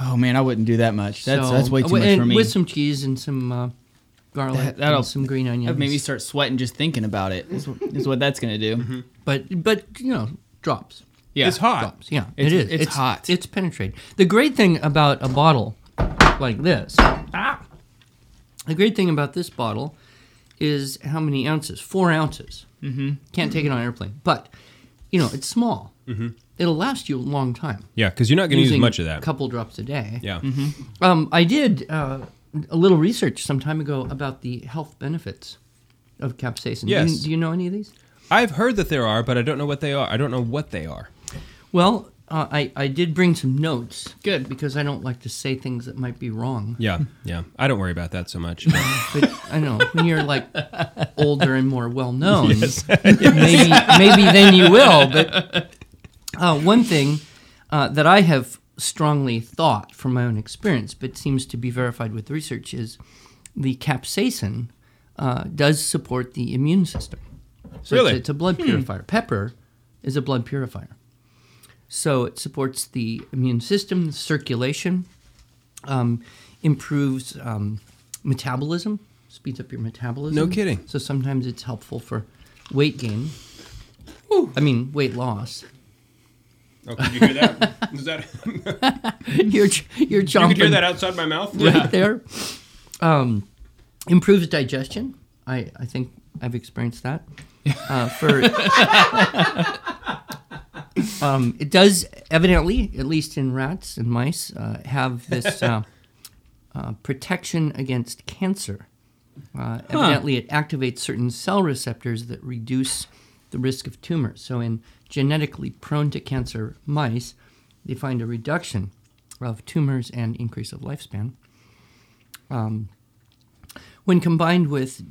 Speaker 2: Oh man, I wouldn't do that much. That's
Speaker 4: So-
Speaker 2: that's way too
Speaker 4: and
Speaker 2: much for me.
Speaker 4: With some cheese and some uh, garlic,
Speaker 2: That- that'll-
Speaker 4: and some green onions.
Speaker 2: that made me start sweating just thinking about it. Is, what- is what that's gonna do.
Speaker 3: Mm-hmm.
Speaker 4: but but you know drops.
Speaker 2: Yeah.
Speaker 3: It's hot.
Speaker 4: Drops. Yeah,
Speaker 2: It's-
Speaker 4: it is.
Speaker 2: it's hot.
Speaker 4: It's penetrating. The great thing about a bottle like this, the great thing about this bottle is how many ounces? Four ounces. Mm-hmm. Can't take it on an airplane, but you know it's small. Mm-hmm. It'll last you a long time.
Speaker 3: Yeah, because you're not going to use
Speaker 4: Using
Speaker 3: much of
Speaker 4: A
Speaker 3: that.
Speaker 4: couple drops a day.
Speaker 3: Yeah.
Speaker 4: Um, I did uh, a little research some time ago about the health benefits of capsaicin. Do you-
Speaker 3: Yes.
Speaker 4: Do you, know any of these?
Speaker 3: I've heard that there are, but I don't know what they are. I don't know what they are.
Speaker 4: Well, uh, I, I did bring some notes.
Speaker 2: Good.
Speaker 4: Because I don't like to say things that might be wrong.
Speaker 3: Yeah, yeah. I don't worry about that so much.
Speaker 4: But I know when you're like older and more well known, maybe maybe then you will. But uh, one thing uh, that I have strongly thought from my own experience, but seems to be verified with research, is the capsaicin uh, does support the immune system. So
Speaker 3: Really?
Speaker 4: it's, it's a blood purifier. Pepper is a blood purifier. So it supports the immune system, circulation, um, improves um, metabolism, speeds up your metabolism.
Speaker 3: No kidding.
Speaker 4: So sometimes it's helpful for weight gain. I mean, weight loss.
Speaker 3: oh, could you hear that? Is that you
Speaker 4: you're ch- you're chomping
Speaker 3: outside my mouth?
Speaker 4: right there. Um, improves digestion. I, I think I've experienced that. Uh, for um, it does evidently, at least in rats and mice, uh, have this uh, uh, protection against cancer. Uh, Evidently, it activates certain cell receptors that reduce the risk of tumors. So, in genetically prone to cancer mice, they find a reduction of tumors and increase of lifespan. Um, when combined with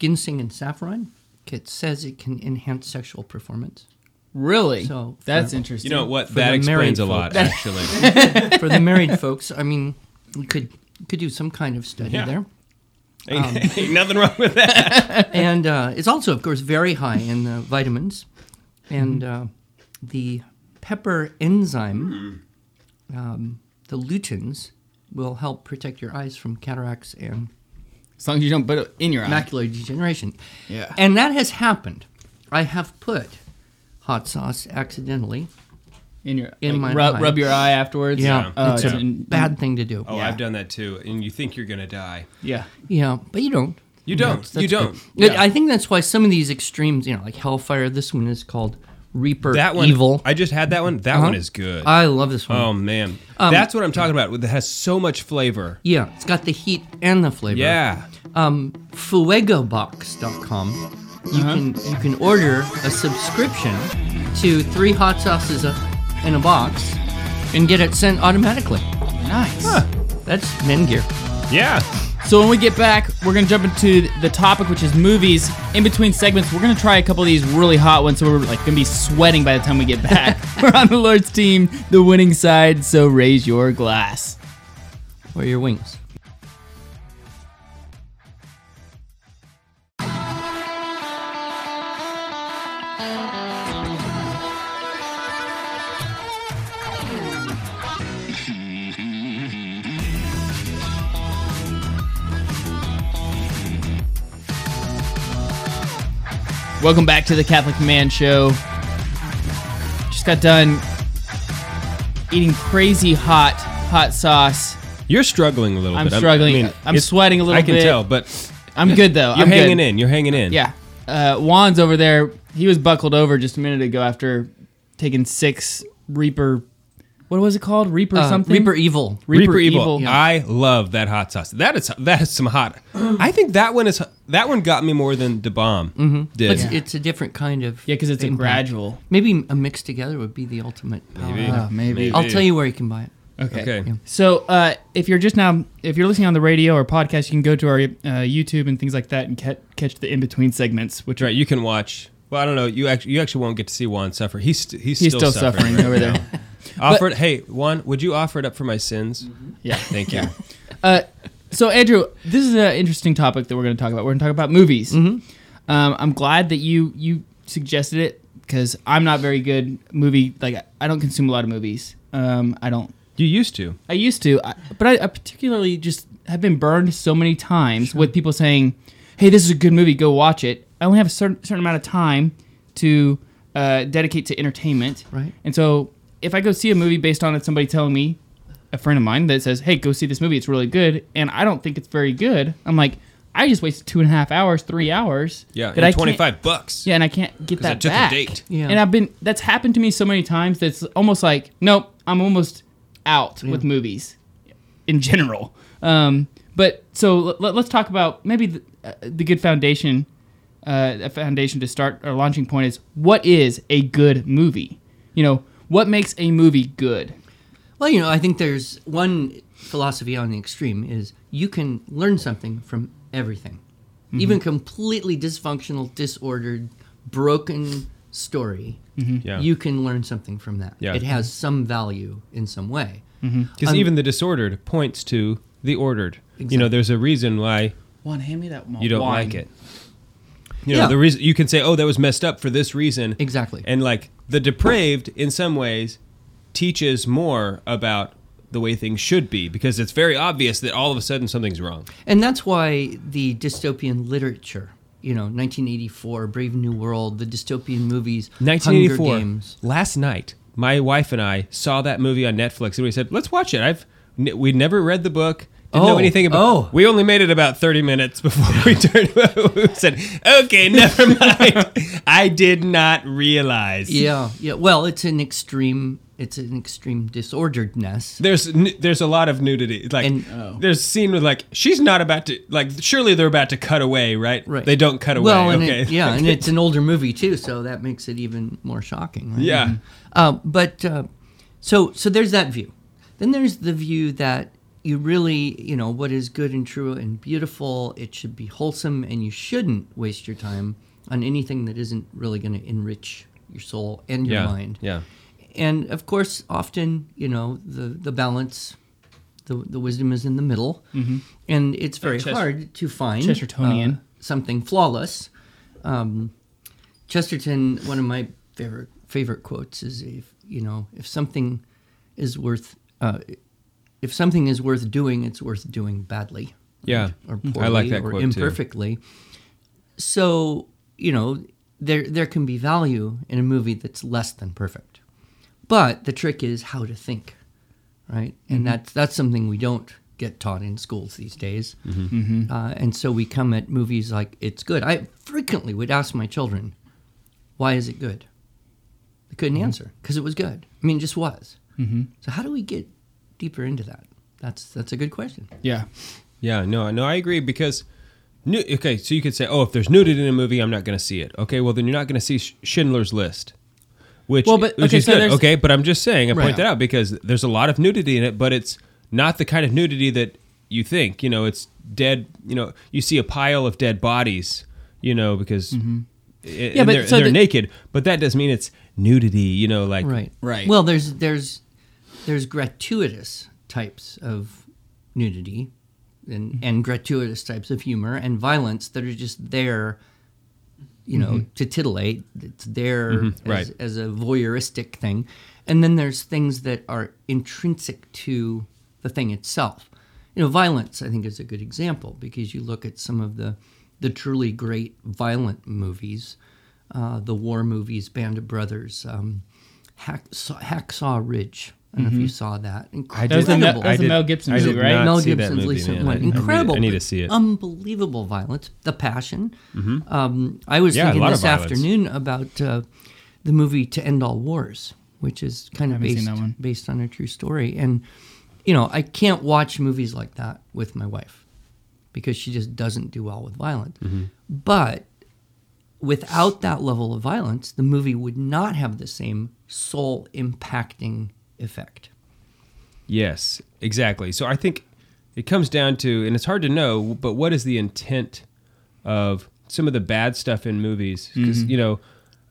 Speaker 4: ginseng and saffron, it says it can enhance sexual performance.
Speaker 2: Really?
Speaker 4: So,
Speaker 2: that's
Speaker 4: for-
Speaker 2: interesting.
Speaker 3: You know what?
Speaker 4: the
Speaker 3: that
Speaker 4: married
Speaker 3: explains a lot,
Speaker 4: folk.
Speaker 3: actually.
Speaker 4: For the married folks, I mean, you could you could do some kind of study
Speaker 3: Yeah.
Speaker 4: there.
Speaker 3: Ain't, ain't nothing wrong with that.
Speaker 4: and uh, it's also, of course, very high in uh, vitamins. And uh, the pepper enzyme, um, the lutins, will help protect your eyes from cataracts and
Speaker 2: As long as you don't put it in your eye.
Speaker 4: macular degeneration.
Speaker 2: Yeah.
Speaker 4: And that has happened. I have put hot sauce accidentally.
Speaker 2: In your
Speaker 4: In
Speaker 2: like,
Speaker 4: my
Speaker 2: rub,
Speaker 4: eye.
Speaker 2: rub your eye afterwards.
Speaker 4: Yeah, Uh,
Speaker 2: Oh,
Speaker 4: it's a
Speaker 2: in-
Speaker 4: bad thing to do.
Speaker 3: Oh,
Speaker 2: Yeah.
Speaker 3: I've done that too. And you think you're going to die.
Speaker 2: Yeah.
Speaker 4: Yeah, but you don't.
Speaker 3: You don't. you
Speaker 4: That's
Speaker 3: don't.
Speaker 4: good.
Speaker 2: Yeah.
Speaker 4: I think that's why some of these extremes, you know, like Hellfire. This one is called Reaper
Speaker 3: That one.
Speaker 4: Evil.
Speaker 3: I just had that one. That
Speaker 4: Uh-huh.
Speaker 3: one is good.
Speaker 4: I love this one.
Speaker 3: oh, man. That's what I'm talking about. That has so much flavor.
Speaker 4: Yeah, it's got the heat and the flavor.
Speaker 3: Yeah.
Speaker 4: Um, fuegobox.com. You
Speaker 3: Uh-huh.
Speaker 4: can you can order a subscription to three hot sauces a, in a box and get it sent automatically.
Speaker 2: Nice.
Speaker 4: That's men gear.
Speaker 3: Yeah.
Speaker 2: So when we get back, we're gonna jump into the topic, which is movies. In between segments, we're gonna try a couple of these really hot ones, so we're like gonna be sweating by the time we get back. we're on the Lord's team, the winning side. So raise your glass.
Speaker 4: Or your wings.
Speaker 2: Welcome back to the Catholic Man Show. Just got done eating crazy hot hot sauce.
Speaker 3: You're struggling a little
Speaker 2: I'm
Speaker 3: bit.
Speaker 2: struggling. I'm
Speaker 3: it's-
Speaker 2: sweating a little
Speaker 3: I can
Speaker 2: bit.
Speaker 3: tell, but
Speaker 2: I'm good though.
Speaker 3: you're
Speaker 2: I'm
Speaker 3: hanging
Speaker 2: good.
Speaker 3: in. You're hanging in.
Speaker 2: Yeah. Uh, Juan's over there. He was buckled over just a minute ago after taking six Reaper What was it called? Reaper
Speaker 4: Uh,
Speaker 2: something.
Speaker 4: Reaper Evil.
Speaker 3: Reaper,
Speaker 2: Reaper
Speaker 3: Evil.
Speaker 2: Evil. Yeah.
Speaker 3: I love that hot sauce. That is that is some hot. I think that one is that one got me more than the bomb
Speaker 2: Mm-hmm.
Speaker 3: did.
Speaker 4: It's, it's a different kind of.
Speaker 2: Yeah, because it's a
Speaker 4: impact.
Speaker 2: gradual.
Speaker 4: Maybe a mix together would be the ultimate power.
Speaker 3: Oh,
Speaker 2: Uh, maybe.
Speaker 4: I'll tell you where you can buy it.
Speaker 2: Okay.
Speaker 3: Okay.
Speaker 2: So uh, if you're just now, if you're listening on the radio or podcast, you can go to our uh, YouTube and things like that and ca- catch the in between segments, which
Speaker 3: That's right. You can watch. Well, I don't know. You actually you actually won't get to see Juan suffer. He's st- he's,
Speaker 2: he's still, suffering
Speaker 3: right
Speaker 2: over
Speaker 3: now.
Speaker 2: there.
Speaker 3: Offered. hey, Juan, would you offer it up for my sins?
Speaker 2: Yeah. Uh,
Speaker 3: Thank you.
Speaker 2: So Andrew, this is an interesting topic that we're going to talk about. We're going to talk about movies.
Speaker 3: Mm-hmm.
Speaker 2: Um, I'm glad that you you suggested it because I'm not very good movie. Like I don't consume a lot of movies. Um, I don't
Speaker 3: You used to.
Speaker 2: I used to, I, but I, I particularly just have been burned so many times with people saying, "Hey, this is a good movie. Go watch it." I only have a certain, certain amount of time to uh, dedicate to entertainment,
Speaker 4: Right.
Speaker 2: And so, if I go see a movie based on somebody telling me, a friend of mine that says, "Hey, go see this movie. It's really good," and I don't think it's very good, I'm like, I just wasted two and a half hours, three hours.
Speaker 3: Yeah.
Speaker 2: that I can't-
Speaker 3: Twenty five bucks.
Speaker 2: yeah, and I can't get
Speaker 3: 'Cause I
Speaker 2: that
Speaker 3: took a
Speaker 2: back.
Speaker 3: date.
Speaker 4: Yeah.
Speaker 2: And I've been that's happened to me so many times that's almost like nope, I'm almost out with movies in general. Um, but so l- let's talk about maybe the, uh, the good foundation, uh, a foundation to start our launching point is what is a good movie? You know, what makes a movie good?
Speaker 4: Well, you know, I think there's one philosophy on the extreme is you can learn something from everything, even completely dysfunctional, disordered, broken story.
Speaker 3: Yeah.
Speaker 4: You can learn something from that.
Speaker 3: Yeah.
Speaker 4: It has some value in some way.
Speaker 3: Because
Speaker 2: um,
Speaker 3: even the disordered points to the ordered. You know, there's a reason why
Speaker 2: One, hand me that.
Speaker 3: you don't
Speaker 2: wine.
Speaker 3: like it. You know,
Speaker 4: Yeah.
Speaker 3: the reason you can say, "Oh, that was messed up for this reason."
Speaker 4: Exactly.
Speaker 3: And like the depraved, in some ways, teaches more about the way things should be because it's very obvious that all of a sudden something's wrong.
Speaker 4: And that's why the dystopian literature, you know, 1984, Brave New World, the dystopian movies, Hunger
Speaker 3: 1984.
Speaker 4: Games.
Speaker 3: Last night, my wife and I saw that movie on Netflix, and we said, "Let's watch it." I've n- we never read the book. Didn't know
Speaker 4: Oh,
Speaker 3: anything about.
Speaker 4: oh.
Speaker 3: We only made it about thirty minutes before we turned. we said, "Okay, never mind." I did not realize.
Speaker 4: Yeah, yeah. Well, it's an extreme. It's an extreme disorderedness.
Speaker 3: There's n- there's a lot of nudity. Like
Speaker 4: And- oh.
Speaker 3: there's a scene with like she's not about to like surely they're about to cut away, right?
Speaker 4: Right.
Speaker 3: They don't cut away.
Speaker 4: Well, and
Speaker 3: okay.
Speaker 4: it- yeah, and it's an older movie too, so that makes it even more shocking. Right?
Speaker 3: yeah.
Speaker 4: Um, but uh, so so there's that view. Then there's the view that you really you know what is good and true and beautiful. It should be wholesome, and you shouldn't waste your time on anything that isn't really going to enrich your soul and your
Speaker 3: Yeah.
Speaker 4: mind.
Speaker 3: Yeah.
Speaker 4: And of course, often you know the the balance. The, the wisdom is in the middle, and it's very
Speaker 3: Chester-
Speaker 4: hard to find
Speaker 2: Chestertonian.
Speaker 4: uh, something flawless. Um, Chesterton, one of my favorite favorite quotes is if you know if something is worth uh, if something is worth doing, it's worth doing badly.
Speaker 3: Yeah.
Speaker 4: or
Speaker 3: I
Speaker 4: poorly
Speaker 3: like that
Speaker 4: or
Speaker 3: quote, too.
Speaker 4: imperfectly. So you know there there can be value in a movie that's less than perfect, but the trick is how to think, right?
Speaker 3: Mm-hmm.
Speaker 4: And that's that's something we don't get taught in schools these days,
Speaker 3: Mm-hmm.
Speaker 4: uh, and so we come at movies like it's good. I frequently would ask my children, "Why is it good?" They couldn't answer because it was good. I mean, it just was. So how do we get deeper into that? That's that's a good question.
Speaker 2: Yeah.
Speaker 3: Yeah, no, no, I agree because, nu- okay, so you could say, oh, if there's nudity in a movie, I'm not going to see it. Okay, well then you're not going to see Sch- Schindler's List, which
Speaker 2: Well, but-
Speaker 3: which
Speaker 2: okay,
Speaker 3: is
Speaker 2: so
Speaker 3: good.
Speaker 2: there's-
Speaker 3: Okay, but I'm just saying, I point
Speaker 4: Right.
Speaker 3: that out because there's a lot of nudity in it, but it's not the kind of nudity that you think. You know, it's dead. You know, you see a pile of dead bodies. You know, because. Yeah,
Speaker 2: Mm-hmm. but
Speaker 3: they're,
Speaker 2: so
Speaker 3: they're
Speaker 2: the-
Speaker 3: naked, but that doesn't mean it's nudity. You know, like
Speaker 4: Right.
Speaker 2: Right.
Speaker 4: Well, there's there's there's gratuitous types of nudity and and gratuitous types of humor and violence that are just there you know to titillate it's there as,
Speaker 3: Mm-hmm. right.
Speaker 4: as a voyeuristic thing and then there's things that are intrinsic to the thing itself you know violence i think is a good example because you look at some of the the truly great violent movies uh, the war movies band of brothers um, Hack, Saw- hacksaw ridge i don't know if you saw
Speaker 2: That
Speaker 4: that
Speaker 2: was the
Speaker 4: Incredible.
Speaker 2: Mel- that's the Mel Gibson
Speaker 3: Mm-hmm. I did
Speaker 2: movie, right?
Speaker 3: not
Speaker 4: Mel
Speaker 3: see that
Speaker 4: Gibson's
Speaker 3: movie,
Speaker 4: recent
Speaker 3: man. I-
Speaker 4: one.
Speaker 3: I need to-
Speaker 4: Incredible.
Speaker 3: I need to see it. Mm-hmm.
Speaker 4: Unbelievable violence. The Passion. Um, I was
Speaker 3: Yeah, a
Speaker 4: thinking
Speaker 3: lot of
Speaker 4: this
Speaker 3: violence.
Speaker 4: afternoon about uh, the movie To End All Wars, which is kind of
Speaker 2: Haven't seen
Speaker 4: based,
Speaker 2: that one.
Speaker 4: based on a true story. And, you know, I can't watch movies like that with my wife because she just doesn't do well with violence.
Speaker 3: Mm-hmm.
Speaker 4: But without that level of violence, the movie would not have the same soul impacting effect.
Speaker 3: Yes, exactly. So I think it comes down to, and it's hard to know, but what is the intent of some of the bad stuff in movies? Because
Speaker 2: Mm-hmm.
Speaker 3: you know,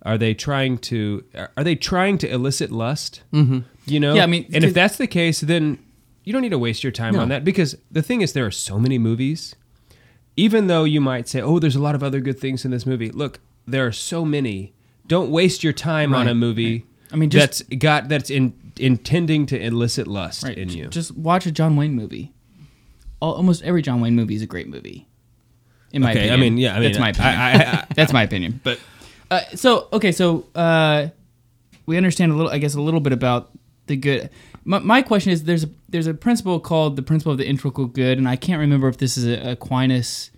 Speaker 3: are they trying to are they trying to elicit lust? Mm-hmm. You know,
Speaker 2: Yeah, I mean,
Speaker 3: and if
Speaker 2: could-
Speaker 3: that's the case, then you don't need to waste your time on that because the thing is, there are so many movies. Even though you might say, "Oh, there's a lot of other good things in this movie," look, there are so many. Don't waste your time on
Speaker 2: Right,
Speaker 3: a movie.
Speaker 2: I mean, just-
Speaker 3: that's got that's in, intending to elicit lust
Speaker 2: Right.
Speaker 3: in
Speaker 2: j-
Speaker 3: you.
Speaker 2: Just watch a John Wayne movie. Al- Almost every John Wayne movie is a great movie. In my
Speaker 3: Okay, I
Speaker 2: opinion.
Speaker 3: mean, yeah, I mean,
Speaker 2: that's my opinion.
Speaker 3: I- I- I-
Speaker 2: that's my opinion.
Speaker 3: but
Speaker 2: Uh, so okay, so uh, we understand a little, I guess, a little bit about the good. My, my question is, there's a there's a principle called the principle of the integral good, and I can't remember if this is a Aquinas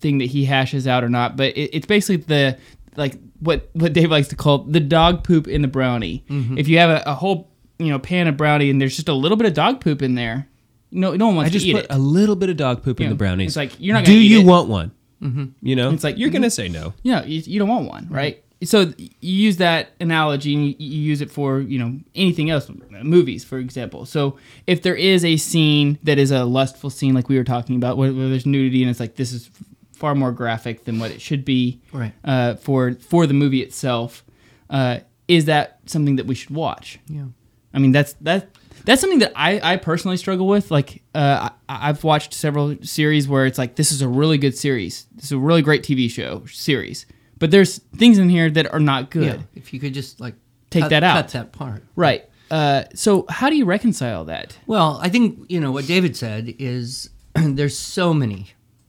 Speaker 2: thing that he hashes out or not, but it, it's basically the like what what Dave likes to call the dog poop in the brownie.
Speaker 3: Mm-hmm.
Speaker 2: If you have a, a whole you know pan of brownie and there's just a little bit of dog poop in there, no no one wants
Speaker 3: I just
Speaker 2: to eat
Speaker 3: put
Speaker 2: it.
Speaker 3: a little bit of dog poop
Speaker 2: Yeah,
Speaker 3: in the brownies.
Speaker 2: it's like, you're not
Speaker 3: Do
Speaker 2: gonna eat
Speaker 3: you
Speaker 2: it.
Speaker 3: want one? You know,
Speaker 2: It's like,
Speaker 3: you're
Speaker 2: mm.
Speaker 3: gonna say no.
Speaker 2: you know, you, you don't want one, right? So th- you use that analogy and you, you use it for, you know, anything else, movies, for example. So if there is a scene that is a lustful scene, like we were talking about, where, where there's nudity and it's like, this is far more graphic than what it should be
Speaker 4: Right.
Speaker 2: uh, for, for the movie itself, uh, is that something that we should watch?
Speaker 4: Yeah.
Speaker 2: I mean, that's that that's something that I, I personally struggle with. Like, uh, I, I've watched several series where it's like, this is a really good series. This is a really great TV show series, but there's things in here that are not good.
Speaker 4: Yeah. If you could just like
Speaker 2: Take
Speaker 4: cut-
Speaker 2: that out.
Speaker 4: cut that part.
Speaker 2: Right. Uh, so how do you reconcile that?
Speaker 4: Well, I think you know what David said is there's so many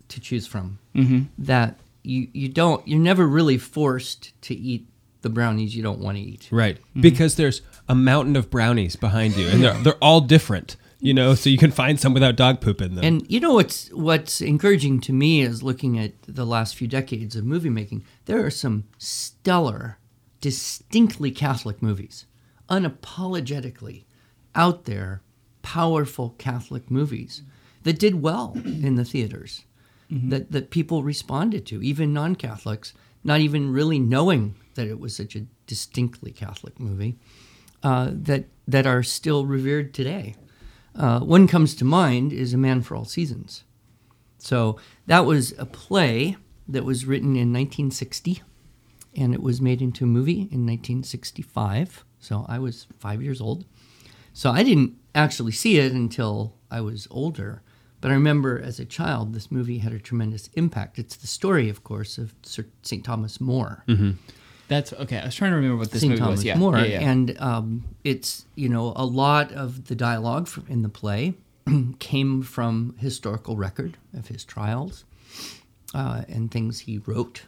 Speaker 4: to choose from
Speaker 2: Mm-hmm.
Speaker 4: that you you don't you're never really forced to eat the brownies you don't want to eat.
Speaker 3: Right. Because there's a mountain of brownies behind you and they're, they're all different, you know, so you can find some without dog poop in them.
Speaker 4: And you know what's what's encouraging to me is looking at the last few decades of movie making. There are some stellar, distinctly Catholic movies, unapologetically out there, powerful Catholic movies that did well in the theaters, that that people responded to, even non-Catholics, not even really knowing that it was such a distinctly Catholic movie, uh, that that are still revered today uh, one comes to mind is A Man for All Seasons. So that was a play that was written in 1960, and it was made into a movie in 1965. So I was five years old. So I didn't actually see it until I was older. But I remember as a child, this movie had a tremendous impact. It's the story, of course, of Sir St. Thomas More.
Speaker 2: That's okay. I was trying to remember what this
Speaker 4: St.
Speaker 2: movie
Speaker 4: Thomas
Speaker 2: was. Yeah.
Speaker 4: More,
Speaker 2: yeah, yeah.
Speaker 4: and um, it's you know a lot of the dialogue from, in the play came from historical record of his trials uh, and things he wrote,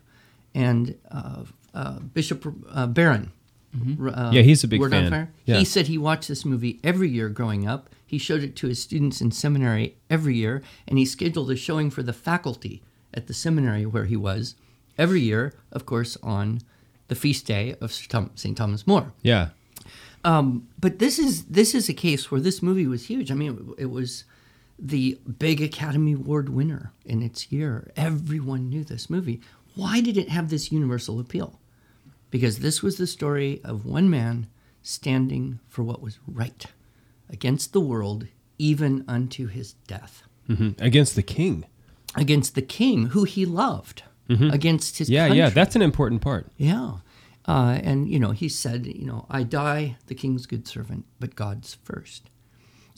Speaker 4: and uh, uh, Bishop uh, Barron. r- uh,
Speaker 3: Mm-hmm. Yeah, he's a big
Speaker 4: Word on
Speaker 3: fan.
Speaker 4: Fire,
Speaker 3: Yeah.
Speaker 4: He said he watched this movie every year growing up. He showed it to his students in seminary every year, and he scheduled a showing for the faculty at the seminary where he was every year, of course, on the feast day of Sir Thom- St. Thomas More.
Speaker 3: yeah.
Speaker 4: But this is this is a case where this movie was huge. I mean, it, it was the big Academy Award winner in its year. Everyone knew this movie. Why did it have this universal appeal? Because this was the story of one man standing for what was right against the world, even unto his death,
Speaker 3: hmm Against the king.
Speaker 4: against the king who he loved, against his
Speaker 3: Mm-hmm. Yeah, yeah.
Speaker 4: country.
Speaker 3: That's an important part.
Speaker 4: Yeah. Uh, and, you know, he said, you know, I die the king's good servant, but God's first.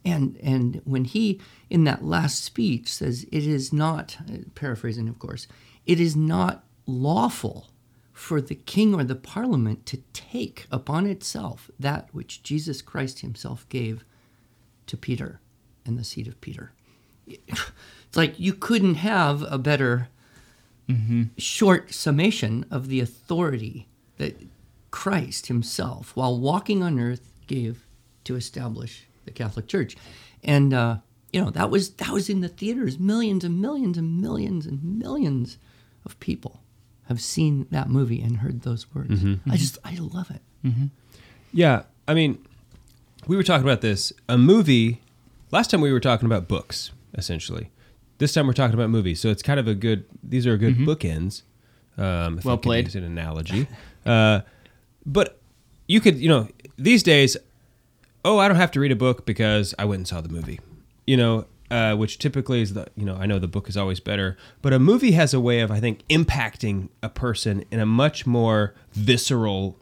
Speaker 4: And, and when he, in that last speech, says, it is not, uh, paraphrasing, of course, it is not lawful for the king or the parliament to take upon itself that which Jesus Christ himself gave to Peter and the seed of Peter. It's like you couldn't have a better short summation of the authority that Christ himself, while walking on earth, gave to establish the Catholic Church. And, uh, you know, that was, that was in the theaters. Millions and millions and millions and millions of people have seen that movie and heard those words. I just, I love it.
Speaker 3: Yeah. I mean, we were talking about this. A movie. Last time we were talking about books, essentially. This time we're talking about movies, so it's kind of a good. These are good bookends. Um, if
Speaker 2: Mm-hmm. Well
Speaker 3: I can
Speaker 2: played.
Speaker 3: Use an analogy, uh, but you could, you know, these days. Oh, I don't have to read a book because I went and saw the movie. You know, uh, which typically is the you know I know the book is always better, but a movie has a way of I think impacting a person in a much more visceral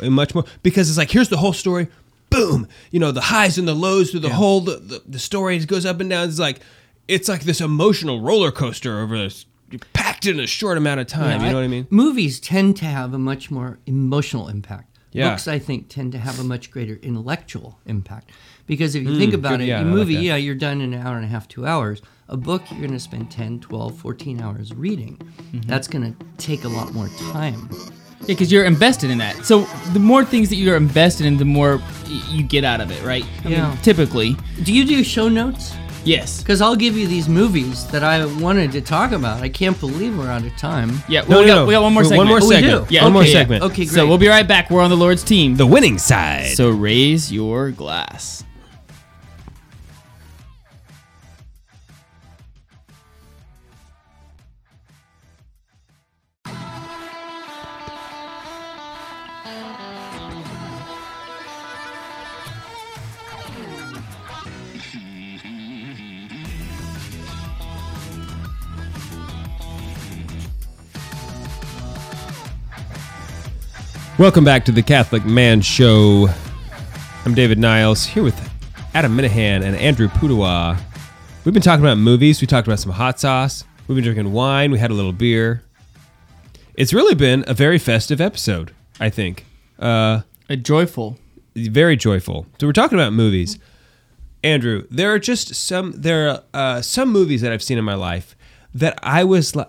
Speaker 3: and much more because it's like here's the whole story boom you know the highs and the lows through the whole the, the, the story goes up and down it's like it's like this emotional roller coaster over this packed in a short amount of time you know what i mean
Speaker 4: Movies tend to have a much more emotional impact.
Speaker 3: Yeah.
Speaker 4: Books, I think, tend to have a much greater intellectual impact. Because if you think about
Speaker 3: Hmm, good-
Speaker 4: it,
Speaker 3: yeah,
Speaker 4: a
Speaker 3: I like
Speaker 4: movie,
Speaker 3: that.
Speaker 4: yeah, you're done in an hour and a half, two hours. A book, you're going to spend 10, 12, 14 hours reading.
Speaker 3: Mm-hmm.
Speaker 4: That's going to take a lot more time.
Speaker 2: Yeah, because you're invested in that. So the more things that you're invested in, the more y- you get out of it, right? I mean,
Speaker 4: Yeah.
Speaker 2: typically,
Speaker 4: Do you do show notes?
Speaker 2: yes.
Speaker 4: Because I'll give you these movies that I wanted to talk about. I can't believe we're out of time.
Speaker 2: Yeah. well, we, got, we got one more segment.
Speaker 3: one more
Speaker 4: Oh, we
Speaker 3: segment
Speaker 4: do?
Speaker 2: Yeah.
Speaker 3: one more
Speaker 2: okay, yeah.
Speaker 3: segment
Speaker 4: Okay,
Speaker 2: So
Speaker 4: great.
Speaker 2: we'll be right back. We're on the Lord's team.
Speaker 3: the winning side
Speaker 2: so raise your glass.
Speaker 3: welcome back to the catholic man show i'm david niles here with adam minahan and andrew Poudoua. we've been talking about movies we talked about some hot sauce we've been drinking wine we had a little beer it's really been a very festive episode i think uh
Speaker 2: A joyful.
Speaker 3: very joyful. So we're talking about movies. Andrew, there are just some there are uh, some movies that I've seen in my life that I was li-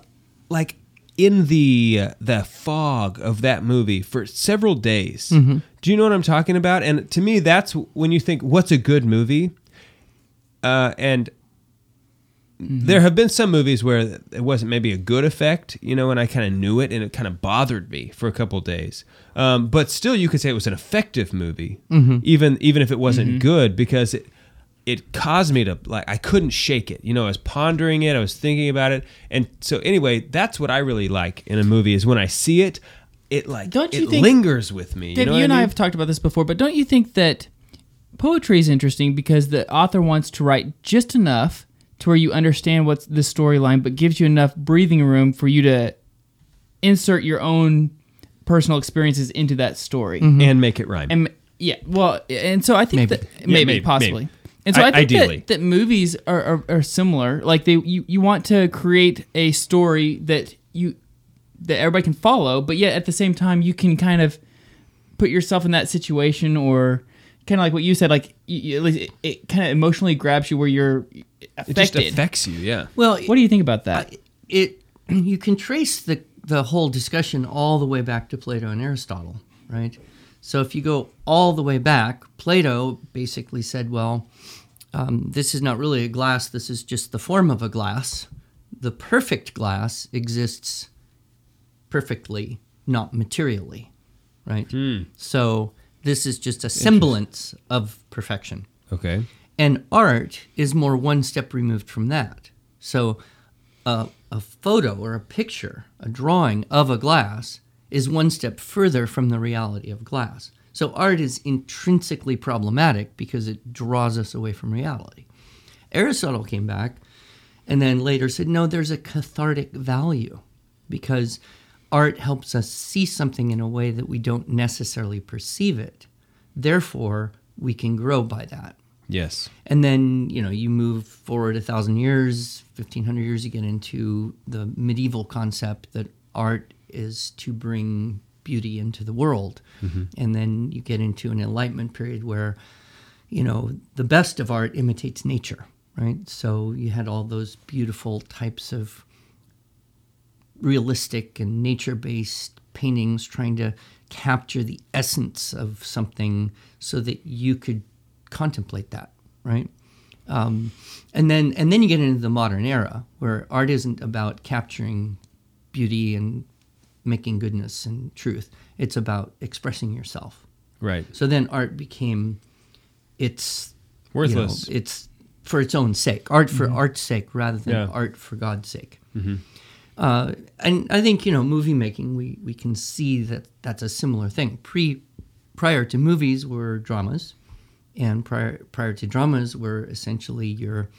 Speaker 3: like in the the fog of that movie for several days. Do you know what I'm talking about? And to me, that's when you think, "What's a good movie?" Uh, and
Speaker 2: Mm-hmm.
Speaker 3: there have been some movies where it wasn't maybe a good effect, you know, and I kind of knew it and it kind of bothered me for a couple days. Um, but still, you could say it was an effective movie,
Speaker 2: Mm-hmm.
Speaker 3: even even if it wasn't good, because it it caused me to like I couldn't shake it. You know, I was pondering it, I was thinking about it, and so anyway, that's what I really like in a movie is when I see it, it like
Speaker 2: Don't you
Speaker 3: it
Speaker 2: think-
Speaker 3: lingers with me.
Speaker 2: Dave, you,
Speaker 3: you know what
Speaker 2: and
Speaker 3: I
Speaker 2: I
Speaker 3: mean?
Speaker 2: have talked about this before, but don't you think that poetry is interesting because the author wants to write just enough to where you understand what's the storyline, but gives you enough breathing room for you to insert your own personal experiences into that story.
Speaker 3: and make it rhyme.
Speaker 2: And yeah, well, and so I think
Speaker 4: Maybe.
Speaker 2: that
Speaker 3: Yeah,
Speaker 2: maybe,
Speaker 3: maybe,
Speaker 2: possibly.
Speaker 3: maybe.
Speaker 2: And so
Speaker 3: I-
Speaker 2: I, think
Speaker 3: ideally.
Speaker 2: that, that movies are, are, are similar. Like they, you, you want to create a story that you that everybody can follow, but yet at the same time you can kind of put yourself in that situation or kind of like what you said, like you, you- at least it, it kind of emotionally grabs you where you're
Speaker 3: it just
Speaker 2: affected.
Speaker 3: affects you, yeah.
Speaker 4: Well,
Speaker 2: what do you think about that?
Speaker 4: it you can trace the the whole discussion all the way back to Plato and Aristotle, right? So if you go all the way back, Plato basically said, well, um, this is not really a glass. This is just the form of a glass. The perfect glass exists perfectly, not materially, right? So this is just a semblance of perfection.
Speaker 3: Okay.
Speaker 4: And art is more one step removed from that. So, a, a photo or a picture, a drawing of a glass, is one step further from the reality of glass. So, art is intrinsically problematic because it draws us away from reality. Aristotle came back and then later said, no, there's a cathartic value because art helps us see something in a way that we don't necessarily perceive it. Therefore, we can grow by that.
Speaker 3: Yes.
Speaker 4: And then, you know, you move forward a thousand years, 1500 years, you get into the medieval concept that art is to bring beauty into the world. And then you get into an enlightenment period where, you know, the best of art imitates nature, right? So you had all those beautiful types of realistic and nature based paintings trying to capture the essence of something so that you could contemplate that right um, and then and then you get into the modern era where art isn't about capturing beauty and making goodness and truth it's about expressing yourself
Speaker 3: Right.
Speaker 4: So then art became its you know,
Speaker 3: Worthless. Mm-hmm.
Speaker 4: it's for its own sake, art for art's sake rather than
Speaker 3: Yeah. Mm-hmm.
Speaker 4: art for God's sake. Uh, and I think you know, movie making, we we can see that that's a similar thing. Pre prior to movies were dramas, and prior prior to dramas were essentially your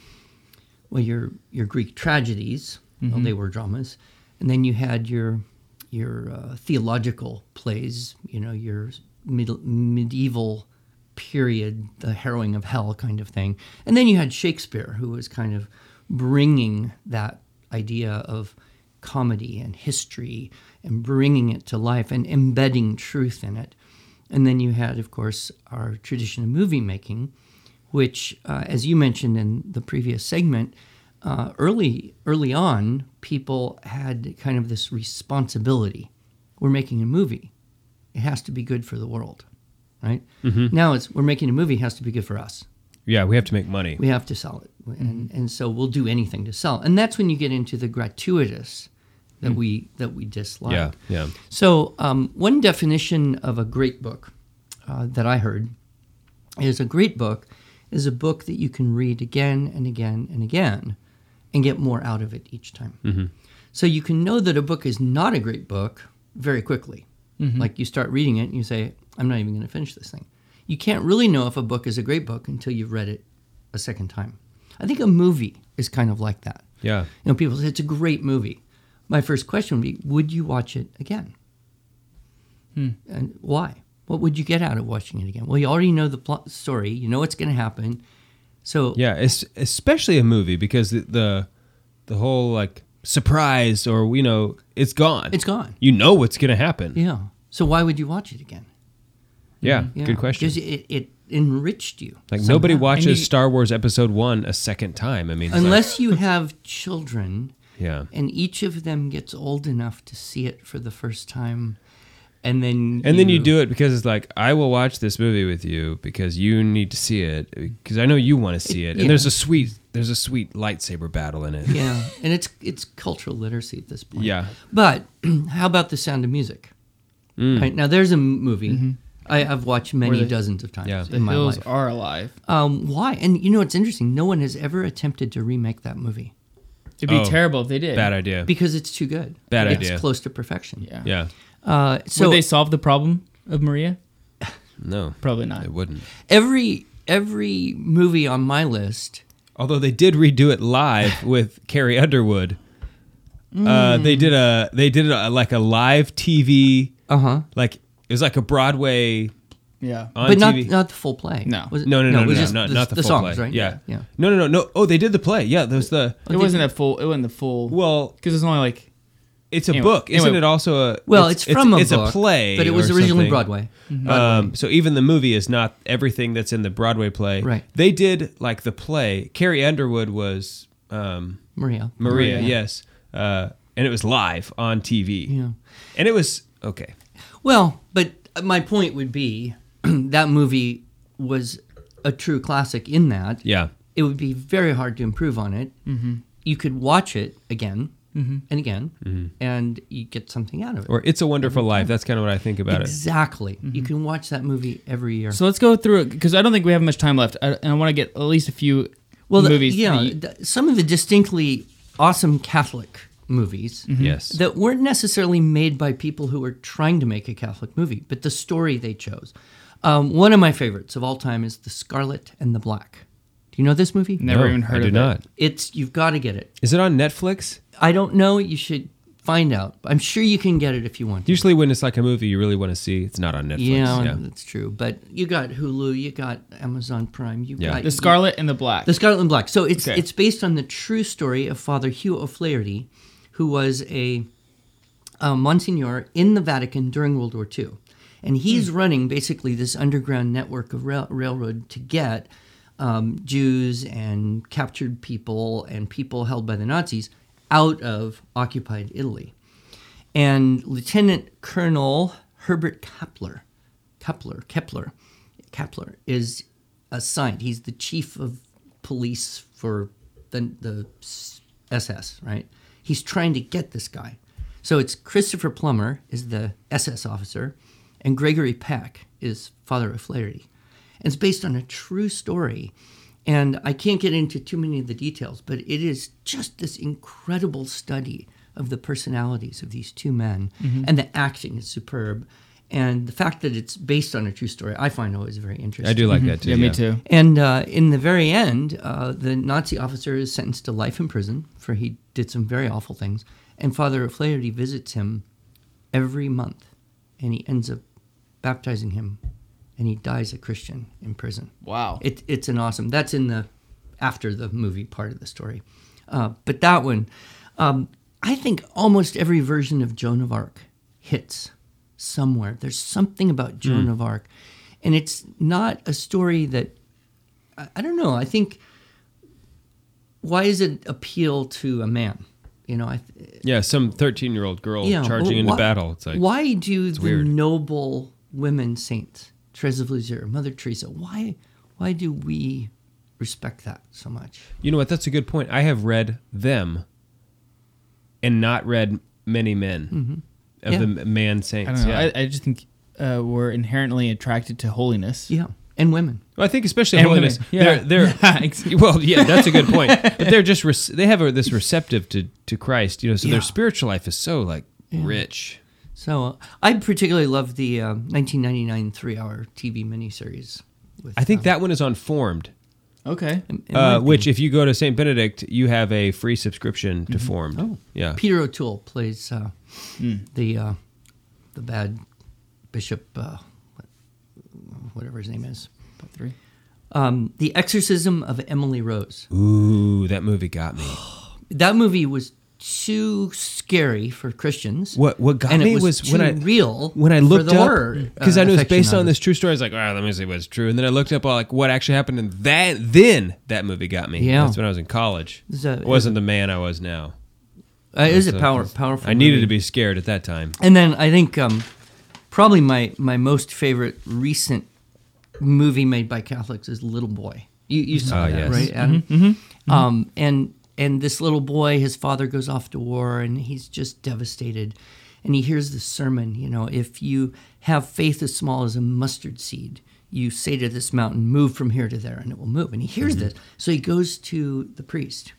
Speaker 4: well your your Greek tragedies. Well, they were dramas, and then you had your your uh, theological plays. You know your middle, medieval period, the harrowing of hell kind of thing, and then you had Shakespeare, who was kind of bringing that idea of comedy and history and bringing it to life and embedding truth in it. And then you had, of course, our tradition of movie making, which, uh, as you mentioned in the previous segment, uh, early early on, people had kind of this responsibility: we're making a movie; it has to be good for the world, right? Now it's we're making a movie; it has to be good for us.
Speaker 3: Yeah, we have to make money.
Speaker 4: We have to sell it, and and so we'll do anything to sell. And that's when you get into the gratuitous that we that we dislike.
Speaker 3: Yeah, yeah.
Speaker 4: So, um, one definition of a great book uh, that I heard is a great book is a book that you can read again and again and again and get more out of it each time. So, you can know that a book is not a great book very quickly. Like, you start reading it and you say, I'm not even going to finish this thing. You can't really know if a book is a great book until you've read it a second time. I think a movie is kind of like that.
Speaker 3: Yeah.
Speaker 4: You know, people say it's a great movie. My first question would be, would you watch it again?
Speaker 3: Hmm.
Speaker 4: And why? What would you get out of watching it again? Well, you already know the plot story. You know what's going to happen. So
Speaker 3: Yeah, es- especially a movie because the, the the whole like surprise or you know it's gone.
Speaker 4: it's gone.
Speaker 3: You know what's gonna happen. Yeah,
Speaker 4: Yeah. So why would you watch it again? Yeah.
Speaker 3: good question.
Speaker 4: 'Cause it, it enriched you.
Speaker 3: like nobody
Speaker 4: somehow.
Speaker 3: watches
Speaker 2: you-
Speaker 3: Star Wars Episode One a second time. I mean, it's like-
Speaker 4: Unless you have children
Speaker 3: yeah,
Speaker 4: and each of them gets old enough to see it for the first time. And then
Speaker 3: and then you do it because it's like I will watch this movie with you because you need to see it because I know you want to see it.
Speaker 4: yeah.
Speaker 3: And there's a sweet there's a sweet lightsaber battle in it.
Speaker 4: yeah, and it's it's cultural literacy at this point.
Speaker 3: Yeah.
Speaker 4: But how about the Sound of Music?
Speaker 3: Mm.
Speaker 4: Right now, there's a m- movie I, I've watched many
Speaker 2: Mm-hmm. the-
Speaker 4: dozens of times
Speaker 3: Yeah.
Speaker 2: The
Speaker 4: in my
Speaker 2: hills
Speaker 4: life.
Speaker 2: are alive.
Speaker 4: um, why? And you know, it's interesting. No one has ever attempted to remake that movie
Speaker 2: It'd be
Speaker 3: Oh,
Speaker 2: terrible if they did.
Speaker 3: Bad idea.
Speaker 4: because it's too good.
Speaker 3: Bad
Speaker 4: it's
Speaker 3: idea.
Speaker 4: close to perfection.
Speaker 2: Yeah.
Speaker 3: yeah,
Speaker 4: Uh, so
Speaker 2: Would they solve the problem of Maria?
Speaker 3: no,
Speaker 2: Probably not.
Speaker 3: it wouldn't.
Speaker 4: every every movie on my list.
Speaker 3: Although they did redo it live with Carrie Underwood. Uh,
Speaker 4: Mm.
Speaker 3: they did a they did a, like a live TV
Speaker 4: Uh
Speaker 2: Uh-huh.
Speaker 4: huh.
Speaker 3: like it was like a Broadway
Speaker 2: Yeah.
Speaker 3: on
Speaker 4: But not
Speaker 3: TV.
Speaker 4: not the full play.
Speaker 2: No.
Speaker 4: Was it-
Speaker 3: no, no, no,
Speaker 4: it
Speaker 3: no,
Speaker 4: was
Speaker 3: no,
Speaker 4: just
Speaker 3: not,
Speaker 4: the,
Speaker 3: not the
Speaker 4: the
Speaker 3: full
Speaker 4: songs,
Speaker 3: play.
Speaker 4: right?
Speaker 3: Yeah.
Speaker 4: yeah.
Speaker 3: No, no, no, no. Oh, they did the play. Yeah, there's the
Speaker 2: It wasn't a full. It wasn't the full.
Speaker 3: well.
Speaker 2: because it's only like
Speaker 3: It's a
Speaker 2: Anyway,
Speaker 3: book, isn't
Speaker 2: anyway.
Speaker 3: it? Also a
Speaker 4: Well, it's, from
Speaker 3: it's,
Speaker 4: a
Speaker 3: it's
Speaker 4: book,
Speaker 3: a play,
Speaker 4: but it was
Speaker 3: or
Speaker 4: originally
Speaker 3: something.
Speaker 4: Broadway.
Speaker 3: Um, so even the movie is not everything that's in the Broadway play.
Speaker 4: Right.
Speaker 3: They did like the play. Carrie Underwood was um,
Speaker 4: Maria.
Speaker 3: Maria, yes, uh, and it was live on TV.
Speaker 4: Yeah.
Speaker 3: and it was okay.
Speaker 4: Well, but my point would be that movie was a true classic in that
Speaker 3: Yeah,
Speaker 4: it would be very hard to improve on it. Mm-hmm. You could watch it again and again, and you get something out of it.
Speaker 3: Mm-hmm. or It's a Wonderful Life. That's kind of what I think about it. Mm-hmm.
Speaker 4: exactly. You can watch that movie every year.
Speaker 2: So let's go through it because I don't think we have much time left, I, and I want to get at least a few
Speaker 4: well, the-
Speaker 2: movies.
Speaker 4: yeah,
Speaker 2: that you-
Speaker 4: th- some of the distinctly awesome Catholic movies
Speaker 3: Yes.
Speaker 4: that weren't necessarily made by people who were trying to make a Catholic movie, but the story they chose. Um, one of my favorites of all time is The Scarlet and the Black. Do you know this movie?
Speaker 2: never even heard
Speaker 3: I do
Speaker 2: of
Speaker 3: not.
Speaker 2: it.
Speaker 4: It's you've got to get it.
Speaker 3: Is it on Netflix?
Speaker 4: I don't know. You should find out. I'm sure you can get it if you want. to.
Speaker 3: Usually, when it's like a movie you really want to see, it's not on Netflix.
Speaker 4: yeah,
Speaker 3: yeah.
Speaker 4: that's true. But you got Hulu, you got Amazon Prime, you
Speaker 3: Yeah.
Speaker 4: got
Speaker 2: The Scarlet and the Black.
Speaker 4: The Scarlet and Black. So it's
Speaker 2: Okay.
Speaker 4: it's based on the true story of Father Hugh O'Flaherty, who was a, uh Monsignor in the Vatican during World War II, and he's
Speaker 2: Hmm.
Speaker 4: running basically this underground network of rail- railroad to get um, Jews and captured people and people held by the Nazis out of occupied Italy and Lieutenant Colonel Herbert Kepler, Kepler, Kepler, Kepler is assigned. He's the chief of police for the the SS, right? He's trying to get this guy. So it's Christopher Plummer is the SS officer, and Gregory Peck is Father O'Flaherty. And it's based on a true story. And I can't get into too many of the details, but it is just this incredible study of the personalities of these two men. And the acting is superb. And the fact that it's based on a true story, I find always very interesting.
Speaker 3: I do like that too.
Speaker 2: Mm-hmm. yeah, me too.
Speaker 4: And uh, in the very end, uh, the Nazi officer is sentenced to life in prison for he did some very awful things. And Father O'Flaherty visits him every month, and he ends up baptizing him, and he dies a Christian in prison.
Speaker 2: Wow.
Speaker 4: It, it's an awesome. That's in the after the movie part of the story, uh, but that one, um, I think almost every version of Joan of Arc hits somewhere. There's something about Joan of Arc, and it's not a story that I, I don't know. I think why does it appeal to a man? You know, I, th-
Speaker 3: Yeah, some 13 year old girl Oh, charging
Speaker 4: well,
Speaker 3: into
Speaker 4: why-
Speaker 3: battle. It's like,
Speaker 4: why do the
Speaker 3: weird.
Speaker 4: noble women saints, Teresa of Lisieux, Mother Teresa, why why do we respect that so much?
Speaker 3: you know what? That's a good point. I have read them and not read many men of
Speaker 2: Mm-hmm.
Speaker 4: Yeah.
Speaker 3: the m- man
Speaker 2: I
Speaker 3: saints.
Speaker 2: don't know.
Speaker 3: yeah.
Speaker 2: I, I just think uh, we're inherently attracted to holiness.
Speaker 4: Yeah, and women.
Speaker 3: Well, I think especially
Speaker 2: And
Speaker 3: holiness.
Speaker 2: women, yeah.
Speaker 3: They're,
Speaker 2: Yeah,
Speaker 3: they're
Speaker 2: exactly.
Speaker 3: well, yeah, that's a good point. But they're just rec- they have a, this receptive to to Christ, you know. So
Speaker 4: Yeah.
Speaker 3: their spiritual life is so like rich.
Speaker 4: So uh, I particularly love the um, 1999 three-hour TV miniseries. With,
Speaker 3: I think
Speaker 4: um,
Speaker 3: that one is on Formed,
Speaker 2: Okay.
Speaker 4: and- and
Speaker 3: uh,
Speaker 4: Mike-
Speaker 3: which if you go to Saint Benedict, you have a free subscription to Formed.
Speaker 4: Oh.
Speaker 3: yeah.
Speaker 4: Peter O'Toole plays uh,
Speaker 3: Hmm.
Speaker 4: the uh, the bad bishop, uh, what- whatever his name is.
Speaker 2: Part three.
Speaker 4: Um, the Exorcism of Emily Rose.
Speaker 3: Ooh, that movie got me.
Speaker 4: that movie was too scary for Christians.
Speaker 3: What what got
Speaker 4: and
Speaker 3: me
Speaker 4: it was,
Speaker 3: when
Speaker 4: too
Speaker 3: I
Speaker 4: real
Speaker 3: when I looked
Speaker 4: for the
Speaker 3: up
Speaker 4: horror,
Speaker 3: because
Speaker 4: uh,
Speaker 3: I knew it was
Speaker 4: affection
Speaker 3: based
Speaker 4: of
Speaker 3: on
Speaker 4: it.
Speaker 3: this true story. I was like, oh, let me see what's true. And then I looked up all like what actually happened, and that then that movie got me.
Speaker 4: Yeah.
Speaker 3: that's when I was in college.
Speaker 4: It's a-
Speaker 3: I wasn't the man I was now.
Speaker 4: Uh, it is a
Speaker 3: So,
Speaker 4: power,
Speaker 3: 'cause
Speaker 4: powerful.
Speaker 3: I needed
Speaker 4: movie.
Speaker 3: to be scared at that time.
Speaker 4: And then I think um, probably my my most favorite recent movie made by Catholics is Little Boy. You you saw
Speaker 3: Oh,
Speaker 4: that
Speaker 3: yes.
Speaker 4: right, Adam? Mm-hmm, Um, and and this little boy, his father goes off to war, and he's just devastated. And he hears this sermon, you know, if you have faith as small as a mustard seed, you say to this mountain, move from here to there, and it will move. And he hears this, so he goes to the priest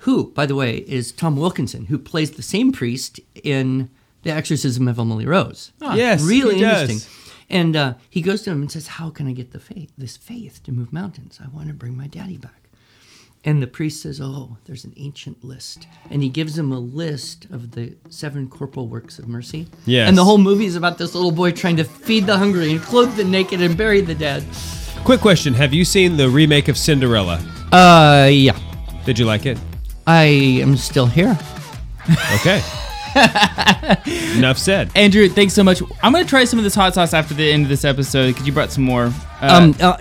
Speaker 4: who, by the way, is Tom Wilkinson, who plays the same priest in The Exorcism of Emily Rose.
Speaker 3: Ah, Yes,
Speaker 4: really
Speaker 3: he does.
Speaker 4: interesting. And uh, he goes to him and says, "How can I get the faith, this faith, to move mountains? I want to bring my daddy back." And the priest says, "Oh, there's an ancient list," and he gives him a list of the seven corporal works of mercy.
Speaker 3: Yes.
Speaker 4: And the whole movie is about this little boy trying to feed the hungry and clothe the naked and bury the dead.
Speaker 3: Quick question: Have you seen the remake of Cinderella?
Speaker 4: Uh, yeah,
Speaker 3: Did you like it?
Speaker 4: I am still here.
Speaker 3: Okay. Enough said.
Speaker 2: Andrew, thanks so much. I'm gonna try some of this hot sauce after the end of this episode because you brought some more. Uh,
Speaker 4: um, uh,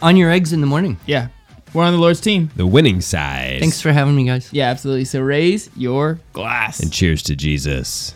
Speaker 4: on your eggs in the morning.
Speaker 2: yeah, we're on the Lord's team.
Speaker 3: The winning side.
Speaker 4: Thanks for having me, guys.
Speaker 2: Yeah, absolutely. So raise your glass.
Speaker 3: And cheers to Jesus.